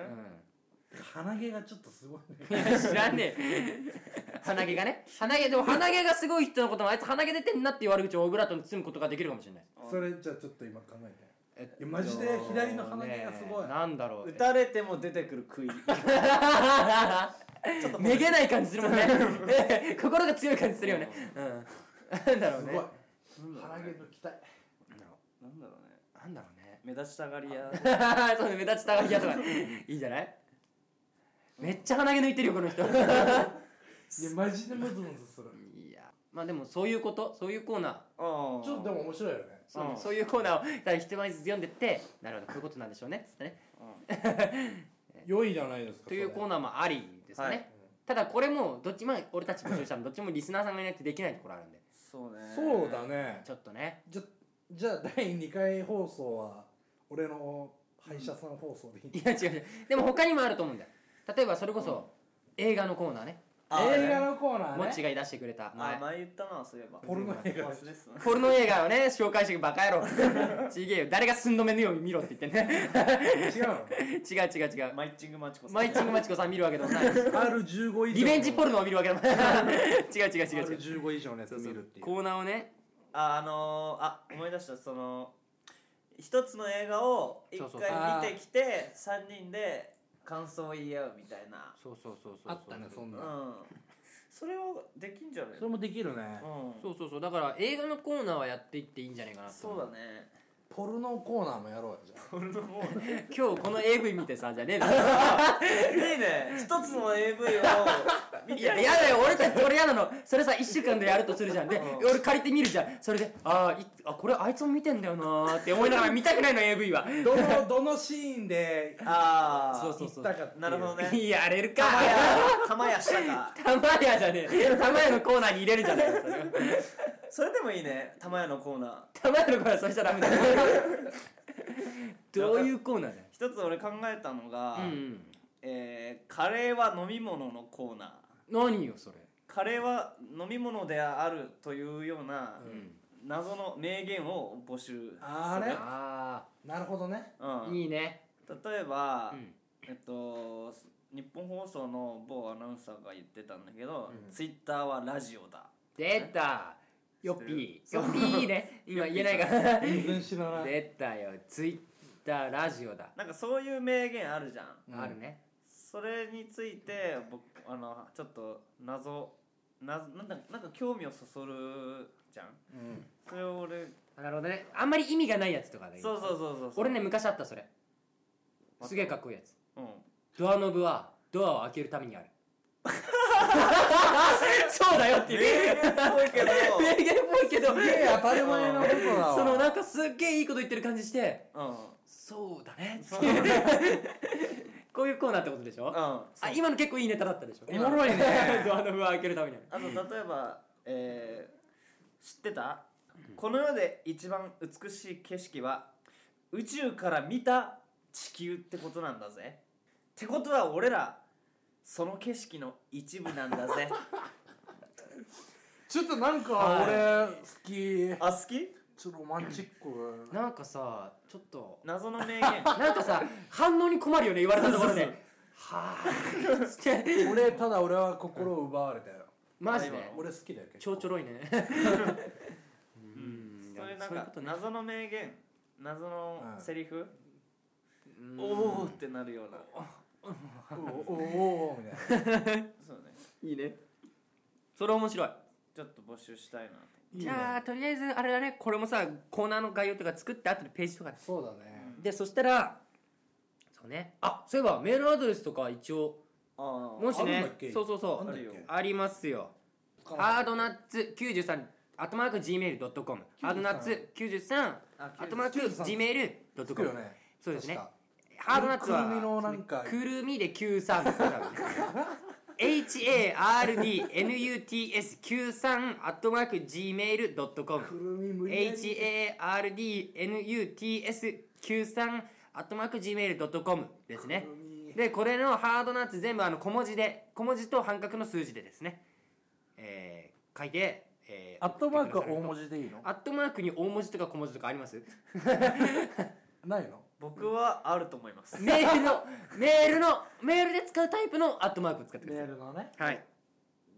Speaker 3: 鼻毛がちょっとすごいね
Speaker 2: うん 知らねえ鼻毛がね鼻毛でも鼻毛がすごい人のこともあいつ鼻毛出てんなっていう悪口をオブラートに包むことができるかもしれない
Speaker 3: それじゃあちょっと今考えて
Speaker 2: えっと
Speaker 3: いやマジで左の鼻毛がすごい
Speaker 2: ねえなんだろう
Speaker 1: 打たれても出てくる杭ちょっと
Speaker 2: めげない感じするもん ね 心が強い感じするよねうんなんだろう
Speaker 3: す
Speaker 2: ね
Speaker 3: ごい鼻毛の期待
Speaker 1: なんだろうね
Speaker 2: なんだろうね
Speaker 1: 目立ちたがり屋
Speaker 2: そうね目立ちたがり屋とか いいんじゃないめっちゃ鼻毛抜 いてるよこの人
Speaker 3: いやマジでムズムズする
Speaker 2: いやまあでもそういうことそういうコーナー
Speaker 1: うん
Speaker 3: ちょっとでも面白いよね
Speaker 2: そうね
Speaker 1: うん
Speaker 2: そういうコーナーをだから一枚ずつ読んでってなるほどこういうことなんでしょうねっつってね
Speaker 3: 良いじゃないですか
Speaker 2: というコー
Speaker 3: ナ
Speaker 2: ナーもありですですよね、
Speaker 1: はい
Speaker 2: ただこれもどっちまあ俺たち募集したのどっちもリスナーさんがいないとできないところあるんで
Speaker 1: そうね
Speaker 3: そうだね
Speaker 2: ちょっとね
Speaker 3: じゃじゃあ第2回放送は俺の歯医者さん放送でいい、
Speaker 2: いや違う違うでも他にもあると思うんだよ例えばそれこそ映画のコーナーね
Speaker 3: 映画のコーナ
Speaker 2: もっ
Speaker 3: ー
Speaker 2: ち
Speaker 3: ね
Speaker 2: がい出してくれた
Speaker 1: あ
Speaker 2: 前
Speaker 1: 前言ったなそういえば
Speaker 3: ポルノ映画
Speaker 1: 忘れてた
Speaker 2: ポルノ映画をね紹介してくバカ野郎 ちげえよ誰が寸止めのように見ろって言ってね
Speaker 3: 違 うの
Speaker 2: 違う違う違う
Speaker 1: マイチングマチコさん
Speaker 2: マイチングマチコさん見るわけでもない
Speaker 3: R15 以上
Speaker 2: リベンジポルノを見るわけ でもない違う違う違う違う
Speaker 3: R15 以上のやつ
Speaker 2: そうそ
Speaker 3: 見
Speaker 2: う
Speaker 3: るっていう
Speaker 2: コーナーをね
Speaker 1: ああのー、あ思い出したその一つの映画を一
Speaker 2: そうそう
Speaker 1: 回見てきて三人で感想を言い合うみたいな
Speaker 2: そうそうそうそう
Speaker 3: あったねそん
Speaker 1: う
Speaker 3: なん
Speaker 1: それはできんじゃね
Speaker 3: それもできるね
Speaker 1: うん
Speaker 2: そうそうそうだから映画のコーナーはやっていっていいんじゃないかなと
Speaker 1: そ
Speaker 2: 思
Speaker 1: うだね
Speaker 3: ポルノコーナーもやろうよじ ゃあ
Speaker 1: 俺のもうね
Speaker 2: 今日この AV 見てさじゃねえだ
Speaker 1: いいね一つの AV を見
Speaker 2: い
Speaker 1: て
Speaker 2: ややだよ俺たち俺嫌なのそれさ1週間でやるとするじゃんで
Speaker 1: うん
Speaker 2: 俺借りて見るじゃんそれであーいあこれあいつも見てんだよなーって思いながら見たくないの AV は
Speaker 3: どのどのシーンで
Speaker 1: ああ
Speaker 2: そうそう
Speaker 3: 行ったかっていう
Speaker 1: なるほどね
Speaker 2: やれるか
Speaker 1: 玉や玉やしたか
Speaker 2: 玉屋じゃねえ玉屋のコーナーに入れるじゃないそれは
Speaker 1: それでもいいね玉やのコーナー
Speaker 2: 玉屋のコーナーそうしちゃダメだよ どういうコーナーだよ
Speaker 1: 一つ俺考えたのが、
Speaker 2: うん
Speaker 1: えーカレーは飲み物のコーナー
Speaker 2: うん何よそれ
Speaker 1: カレーは飲み物であるというような
Speaker 2: うん
Speaker 1: 謎の名言を募集する
Speaker 3: あれ
Speaker 2: あ
Speaker 3: なるほどね
Speaker 1: う
Speaker 2: あ
Speaker 1: ん、
Speaker 2: いいね
Speaker 1: 例えば、
Speaker 2: うん
Speaker 1: えっと日本放送の某アナウンサーが言ってたんだけど、ツイッターはラジオだ
Speaker 2: 出たよっぴーよっぴー ね今言えないか
Speaker 3: 全然知ら
Speaker 2: ら
Speaker 3: ない
Speaker 2: 出たよツイッターラジオだ
Speaker 1: なんかそういう名言あるじゃん
Speaker 3: うん
Speaker 2: あるね
Speaker 1: それについて僕あのちょっと謎謎なんだなんか興味をそそるじゃん
Speaker 3: うん
Speaker 1: それを俺
Speaker 2: なるほどねあんまり意味がないやつとかね
Speaker 1: そうそうそうそうそう
Speaker 2: 俺ね昔あったそれすげえかっこいいやつ
Speaker 1: うん
Speaker 2: ドアノブはドアを開けるた めにあるそうだよって
Speaker 1: 名
Speaker 2: いう
Speaker 1: 言っぽいけど
Speaker 2: 名言っぽいけど
Speaker 3: すげえ当たり前のことだわ
Speaker 2: そのなんかすっげえいいこと言ってる感じして
Speaker 1: うん
Speaker 2: そうだね
Speaker 1: そう
Speaker 2: こういうコーナーってことでし
Speaker 1: う
Speaker 2: ょ
Speaker 1: ん
Speaker 2: あ今の結構いいネタだったでしょ
Speaker 3: おもろいね
Speaker 2: ドアノブは開けるためにある
Speaker 1: あと例えば、えー知ってたこの世で一番美しい景色は宇宙から見た地球ってことなんだぜってことは俺らその景色の一部なんだ ぜ
Speaker 3: ちょっとなんか俺
Speaker 2: は
Speaker 3: 好き
Speaker 1: あ好き
Speaker 3: ちょっとロマンチック
Speaker 2: なんかさちょっと
Speaker 1: 謎の名言
Speaker 2: なんかさ反応に困るよね言われたところではあつって
Speaker 3: 俺ただ俺は心を奪われたよ
Speaker 2: マジで
Speaker 1: 今の
Speaker 3: 俺好きだよ結構
Speaker 2: ちょうちょろいねう
Speaker 1: うん
Speaker 2: ん
Speaker 1: そういうなん
Speaker 2: そういう
Speaker 1: か
Speaker 2: ことね
Speaker 1: 謎の名言謎のセリフ、
Speaker 2: うん
Speaker 1: おおってなるような
Speaker 3: お おおおみたいな
Speaker 1: そうね
Speaker 2: いいねそれ面白い
Speaker 1: ちょっと募集したいな
Speaker 2: じゃあとりあえずあれだねこれもさコーナーの概要とか作って後でページとか
Speaker 3: そうだね
Speaker 2: でそしたらそうねあそういえばメールアドレスとか一応
Speaker 1: あ
Speaker 2: もし
Speaker 3: ある
Speaker 2: ね
Speaker 3: んだっけ
Speaker 2: そうそうそ
Speaker 3: な
Speaker 2: うん
Speaker 3: だっ
Speaker 1: ある
Speaker 3: け
Speaker 1: よ
Speaker 2: ありますよハードナッツ93アットマーク Gmail.com ハードナッツ93
Speaker 1: あ
Speaker 2: アットマーク
Speaker 3: 93つく
Speaker 2: Gmail.com
Speaker 3: よね
Speaker 2: そうですね
Speaker 3: 確か
Speaker 2: ハードナッツは
Speaker 3: くるみのなんか
Speaker 2: くるみで93ですね多 分 HARDNUTS93 アットマーク Gmail.com
Speaker 3: くるみ無理やり
Speaker 2: HARDNUTS93 アットマーク Gmail.com ですね
Speaker 3: くるみ
Speaker 2: でこれのハードナッツ全部あの小文字で小文字と半角の数字でですねえー、書いて、え
Speaker 3: アットマークは大文
Speaker 2: 字
Speaker 3: 字でいいの
Speaker 2: アットマークに大文字とか小文字とかあります
Speaker 3: ないの
Speaker 1: 僕はあると思います
Speaker 2: メールの メールのメールで使うタイプのアットマークを使ってく
Speaker 3: メ
Speaker 2: ださ
Speaker 3: ー
Speaker 2: い
Speaker 3: ルのね
Speaker 2: はい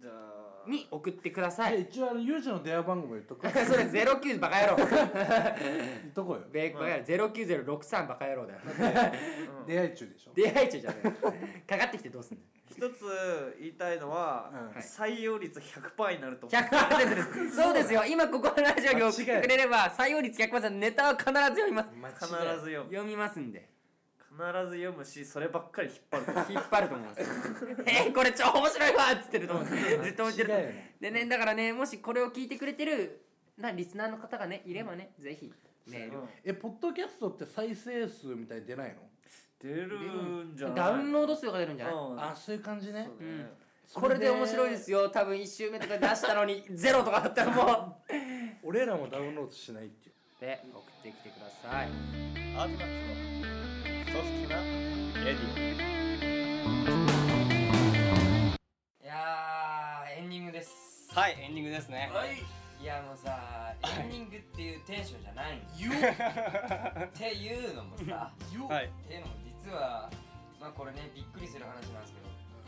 Speaker 1: じゃあ
Speaker 2: に送ってくださ
Speaker 3: じゃあ
Speaker 2: い
Speaker 3: 一応あのユージの電話番号も言っとく
Speaker 2: それ09バカ野郎
Speaker 3: 言っとこうよ
Speaker 2: べバカ野郎0906バカ野郎だよ
Speaker 3: 出会い中でしょ
Speaker 2: 出会い中じゃねえかかってきてどうすんの
Speaker 1: 一つ言いたいのは、
Speaker 3: うんはい
Speaker 1: 採用率100%になると思う
Speaker 2: 100%ですそうですよ今ここのラジオに送ってくれれば採用率100%ネタは必ず読みます
Speaker 3: 間違い
Speaker 1: 必ず読む必
Speaker 2: 読みますんで
Speaker 1: ず読むしそればっかり引っ張るから
Speaker 2: 引っ張ると思います えー、これ超面白いわっつってると思う ずっと思ってると思
Speaker 3: 間違
Speaker 2: う
Speaker 3: いない
Speaker 2: でねだからねもしこれを聞いてくれてるなリスナーの方がねいればね、ぜひメールを
Speaker 1: うん
Speaker 3: えポッドキャストって再生数みたいに出ないの
Speaker 1: 出るんじゃない
Speaker 2: ダウンロード数が出るんじゃない
Speaker 1: うん
Speaker 3: あそういう感じね
Speaker 1: そうね
Speaker 2: これで面白いですよ多分1周目とか出したのに ゼロとかだったらも
Speaker 3: 俺らもダウンロードしないっていう
Speaker 2: うで送ってきてください
Speaker 1: アートナッツのソフトなエディ
Speaker 2: いやーエンディングです
Speaker 5: はいエンディングですね
Speaker 2: はいいやもうさエンディングっていうテンションじゃないんだよっていうのもさ
Speaker 5: はい
Speaker 2: っていうのも実はまあこれねびっくりする話なんですけ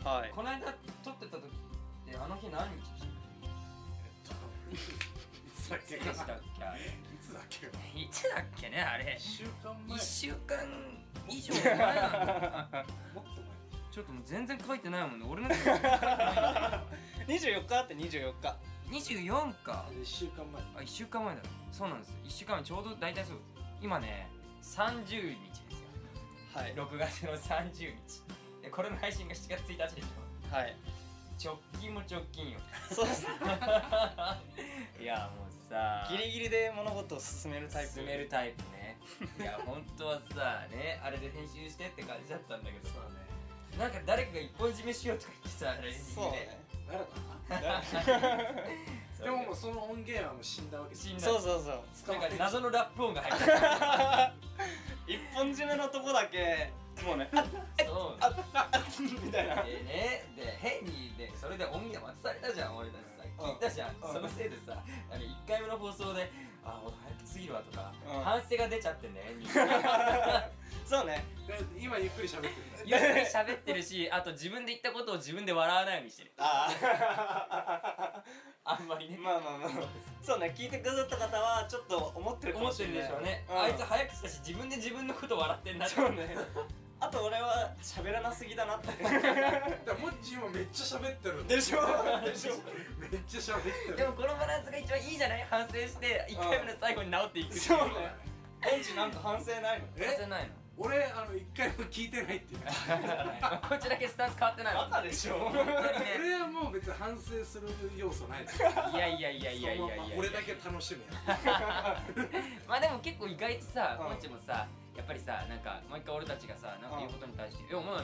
Speaker 2: ど
Speaker 5: はい
Speaker 2: この間撮ってた時ってあの日何日でしたっけあれ
Speaker 3: つだっけ
Speaker 2: いつだっけねあれ
Speaker 3: 週間
Speaker 2: 1週間以上前なん だちょっともう全然書いてないもんね俺の
Speaker 5: 24日あって24日
Speaker 2: 24か
Speaker 3: 1週間前
Speaker 2: あ1週間前だそうなんです1週間前ちょうど大体そう今ね30日ですよ
Speaker 5: はい
Speaker 2: 6月の30日でこれの配信が7月1日でし
Speaker 5: はい
Speaker 2: ょ直近も直近よ
Speaker 5: そうですね
Speaker 2: いやもうさ
Speaker 5: ギリギリで物事を進めるタイプ
Speaker 2: 進めるタイプねいや本当はさねあれで編集してって感じだったんだけどさなんか誰かが一本締めしようとか言ってさあれ
Speaker 5: そうね
Speaker 3: 誰だ
Speaker 2: そ
Speaker 3: で
Speaker 2: れ
Speaker 3: ももうその音源はもう死んだわけ
Speaker 2: 死んだ
Speaker 5: そうそうそう
Speaker 2: なんか謎のラップ音が入ってた
Speaker 5: 一本締めのとこだけもうねあっ
Speaker 2: そう
Speaker 5: あっあっみたいな
Speaker 2: でねで変にねそれで音源渡されたじゃん俺たちさ
Speaker 5: うん
Speaker 2: 聞いたじゃん、
Speaker 5: うん
Speaker 2: そのせいでさあの1回目の放送で「あ俺早く過ぎるわ」とか、
Speaker 5: うん
Speaker 2: 反省が出ちゃってね人
Speaker 5: そうね
Speaker 3: で今ゆっくり喋ってるんだ
Speaker 2: 間ゆっ くり喋ってるしあと自分で言ったことを自分で笑わないようにしてる
Speaker 5: あ
Speaker 2: あんまり
Speaker 5: ー
Speaker 2: ね
Speaker 5: まあまあまあそうね聞いてくださった方はちょっと思ってるか
Speaker 2: 思
Speaker 5: も
Speaker 2: っ
Speaker 5: してれ
Speaker 2: る
Speaker 5: ない
Speaker 2: でしょうね、
Speaker 5: ん
Speaker 2: あいつ早くしたし自分で自分のこと笑ってんなって
Speaker 5: そうねあと俺は喋らなすぎだ なって
Speaker 3: だからもっち今めっちゃ喋ってるんだ
Speaker 5: でしょでしょ
Speaker 3: めっちゃ喋ってる
Speaker 2: でもこのバランスが一番いいじゃない反省して1回目の最後に治っていく
Speaker 5: そうね
Speaker 2: 反
Speaker 5: エンジなんか反省ないの
Speaker 3: え
Speaker 2: 省ないの
Speaker 3: 俺あの一回も聞いてな いっていう
Speaker 2: こっちだけスタンス変わってない の
Speaker 5: バカでしょ
Speaker 2: 本当にね
Speaker 3: 俺はもう別に反省する要素ない
Speaker 2: いやいやいやいやいやいや
Speaker 3: そのまま俺だけ楽しむや
Speaker 2: まあでも結構意外とさ
Speaker 5: うん
Speaker 2: こっちもさやっぱりさなんか毎回俺たちがさなんか言うことに対して「いやお前あ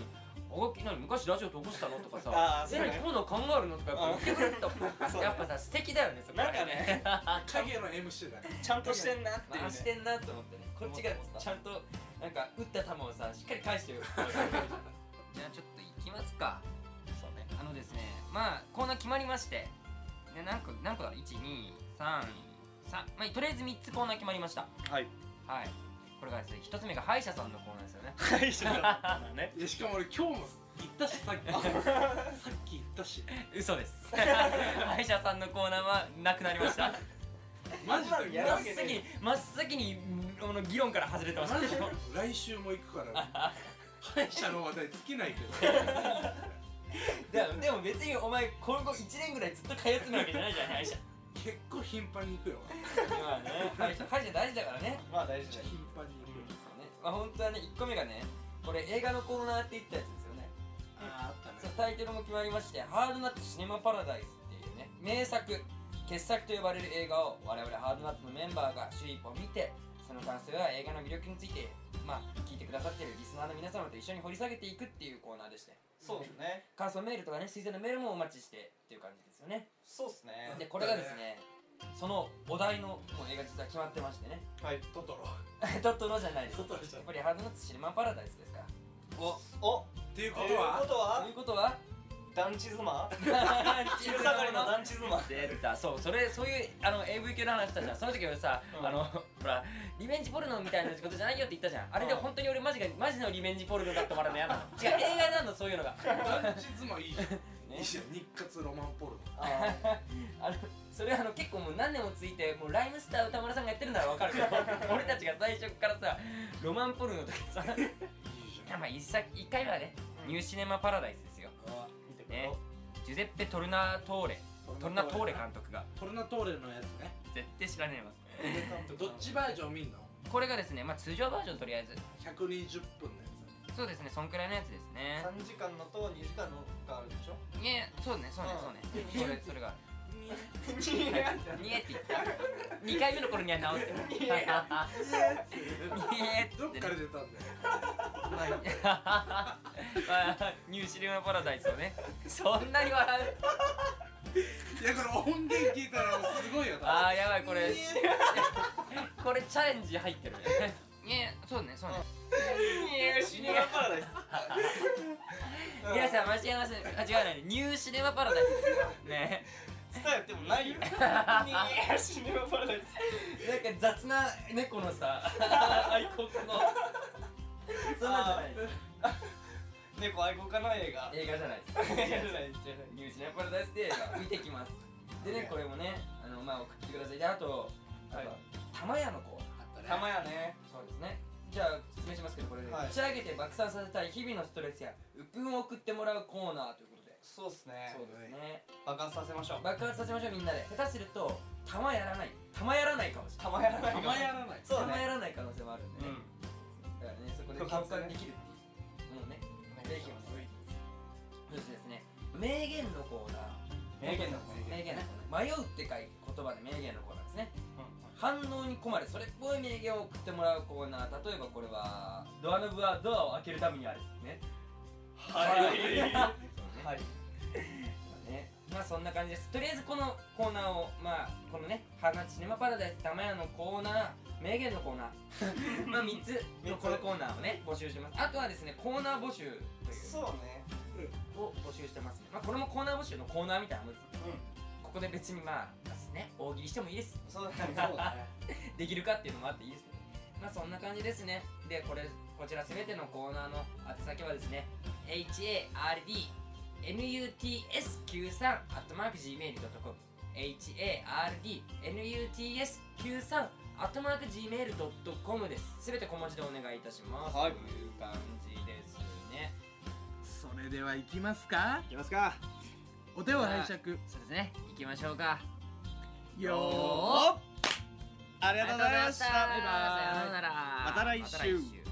Speaker 2: き何昔ラジオ投稿したの?」とかさ
Speaker 5: あー
Speaker 2: え
Speaker 5: そうね
Speaker 2: 何今度考えるの?」とかやっぱ言ってくれると
Speaker 5: そうね
Speaker 2: やっぱさ素敵だよねそこら辺
Speaker 3: つ影の MC だ
Speaker 5: ちゃんとしてんなっていう、
Speaker 2: まあ
Speaker 5: ね、
Speaker 2: してんなと思ってねこっちがちゃんとなんか打った球をさしっかり返して るじゃあちょっと行きますか
Speaker 5: そうね
Speaker 2: あのですねまあコーナー決まりましてね何個何個だろう1233まあとりあえず3つコーナー決まりました
Speaker 5: はい
Speaker 2: はいこれがですね1つ目が歯医者さんのコーナーですよね
Speaker 5: はいじゃあね
Speaker 3: いやしかも俺今日も行ったしさっきさっき行っ たし
Speaker 2: 嘘です歯医者さんのコーナーはなくなりま した
Speaker 3: マジで
Speaker 5: やる
Speaker 2: 真
Speaker 5: わ
Speaker 2: っ
Speaker 5: けね
Speaker 2: 先に真っ先にこの議論から外れてました
Speaker 3: マ
Speaker 2: け
Speaker 3: ジで
Speaker 2: ど
Speaker 3: 来週も行くから歯医者の話題尽きな いけど
Speaker 2: ででも別にお前今後1年ぐらいずっと通ってるわけじゃないじゃん歯医者
Speaker 3: 結構頻繁に行くよ
Speaker 2: まあね歯医者歯医者大事だからね
Speaker 5: まあ大事
Speaker 3: 頻
Speaker 5: だ
Speaker 3: 繁
Speaker 5: よ
Speaker 3: に行くよ
Speaker 2: そうねまあ本当はね1個目がねこれ映画のコーナーって言ったやつですよね
Speaker 3: あーあった
Speaker 2: そう
Speaker 3: ね
Speaker 2: タイトルも決まりまして「ハードナッツシネマパラダイス」っていうね名作傑作と呼ばれる映画を我々ハードナッツのメンバーが週一本見てその感想や映画の魅力についてまあ聞いてくださってるリスナーの皆様と一緒に掘り下げていくっていうコーナーでして
Speaker 5: そうですね
Speaker 2: 感想メールとかね推薦のメールもお待ちしてっていう感じですよね
Speaker 5: そうですね
Speaker 2: でこれがですねそのお題のもう映画実は決まってましてね
Speaker 5: はい
Speaker 3: トトロ
Speaker 2: トットのじゃないですや
Speaker 3: トトロじゃ
Speaker 2: っぱりハードナッツシネマパラダイスですから
Speaker 5: おお
Speaker 3: っていう
Speaker 5: と
Speaker 3: こと
Speaker 5: いうこ
Speaker 3: は
Speaker 5: とは
Speaker 2: ということは
Speaker 5: 団地妻
Speaker 2: 昼
Speaker 5: 昼下がりの団地妻
Speaker 2: 出た そうそれそういうあの AV 系の話したじゃんその時俺さ、
Speaker 5: うん
Speaker 2: あのほらリベンジポルノみたいなことじゃないよって言ったじゃんあれで
Speaker 5: うん
Speaker 2: 本当に俺マジがマジのリベンジポルノだってもらうの嫌なの違う映画なのそういうのが
Speaker 3: 団地妻いいじゃんい
Speaker 2: ね
Speaker 3: いじゃん日活ロマンポルノ
Speaker 5: あ
Speaker 2: あのそれあの結構もう何年もついてもうライムスター歌丸さんがやってるならわかるけど 俺たちが最初からさロマンポルノとかさ
Speaker 3: いいじゃん
Speaker 2: まあ一作一回目はね、
Speaker 5: うん
Speaker 2: ニューシネマパラダイスですよ
Speaker 3: あ
Speaker 5: 見てくれ
Speaker 2: ねジュゼッペ・トルナトーレトルナトーレ監督が
Speaker 3: トルナトーレのやつね
Speaker 2: 絶対知らねえわ
Speaker 3: どっちバージョン見んの
Speaker 2: これがですねまあ通常バージョンとりあえず
Speaker 3: 120分のや つ
Speaker 2: そうですね、そんくらいのやつですね。
Speaker 5: 3時間のと2時間のがあるでしょ
Speaker 2: いや、そうね、そうね、そうね。それ、それが。
Speaker 3: に
Speaker 2: にえって言った。 2回目の頃 には直ってるいや
Speaker 3: どっから出たんだよ
Speaker 2: ニューシネマパラダイスをねそんなに笑う
Speaker 3: いやこれ音源聞いたらすごいよ
Speaker 2: あーやばいこ れこれチャレンジ入ってるねねそうねそうね
Speaker 5: シネマパラダイス
Speaker 2: 皆さん間違えませんあ違うないニューシネマパラダイスね
Speaker 5: 伝えてもないよシネマパラダイス
Speaker 2: なんか雑な猫のさアイコンのそんなんじゃない
Speaker 5: 猫愛好家の映画
Speaker 2: 映画じゃないです
Speaker 5: 映画じゃないじゃない
Speaker 2: ニューシネマパラダイスで浮いてきますでねこれもねあのまあ送ってくださいであとあ
Speaker 5: はい
Speaker 2: と玉屋の子あったね
Speaker 5: 玉やね
Speaker 2: そうですねじゃあ説明しますけどこれで、
Speaker 5: はい
Speaker 2: 打ち上げて爆散させたい日々のストレスや鬱憤を送ってもらうコーナーということで
Speaker 5: そうっすね
Speaker 2: そうですね
Speaker 5: 爆発させましょう
Speaker 2: 爆発させましょうみんなで下手すると玉やらない玉やらないかもしれない
Speaker 5: 玉やらない
Speaker 3: た
Speaker 5: か
Speaker 3: まやらない
Speaker 5: そう
Speaker 2: 玉や
Speaker 5: ね
Speaker 2: らない可能性もあるんでね、だからねそこで
Speaker 5: 部
Speaker 2: 共
Speaker 5: 活ね
Speaker 2: 感できるっていうものね
Speaker 5: お願いします
Speaker 2: そしてですね名言のコーナー
Speaker 5: 名言のコーナー
Speaker 2: 名言のコーナー迷うってかい言葉で名言のコーナーですね反応に困るそれっぽい名言を送ってもらうコーナー例えばこれはドアノブはドアを開けるためにあるね
Speaker 5: はいはい
Speaker 2: ねまあそんな感じですとりあえずこのコーナーをまあこのね「花シネマパラダイス玉屋」のコーナー名言のコーナー まあ3つのこのコーナーをね募集してますあとはですねコーナー募集という
Speaker 5: そうね
Speaker 2: を募集してますねまあこれもコーナー募集のコーナーみたいなもんです
Speaker 5: うん
Speaker 2: ここで別にまあですね大喜利してもいいです
Speaker 5: そうだねそうだね
Speaker 2: できるかっていうのもあっていいですねまあそんな感じですねでこれこちらすべてのコーナーの宛先はですね hardnuts93 at mark gmail.com hardnuts93 at mark gmail.com ですすべて小文字でお願いいたします
Speaker 5: はい
Speaker 2: という感じですね
Speaker 6: それではいきますか
Speaker 5: いきますか
Speaker 6: お手を拝借
Speaker 2: そうですね行きましょうか
Speaker 6: よー
Speaker 5: ありがとうございました
Speaker 2: ありがとうございましたさようなら
Speaker 5: また来週
Speaker 2: また来週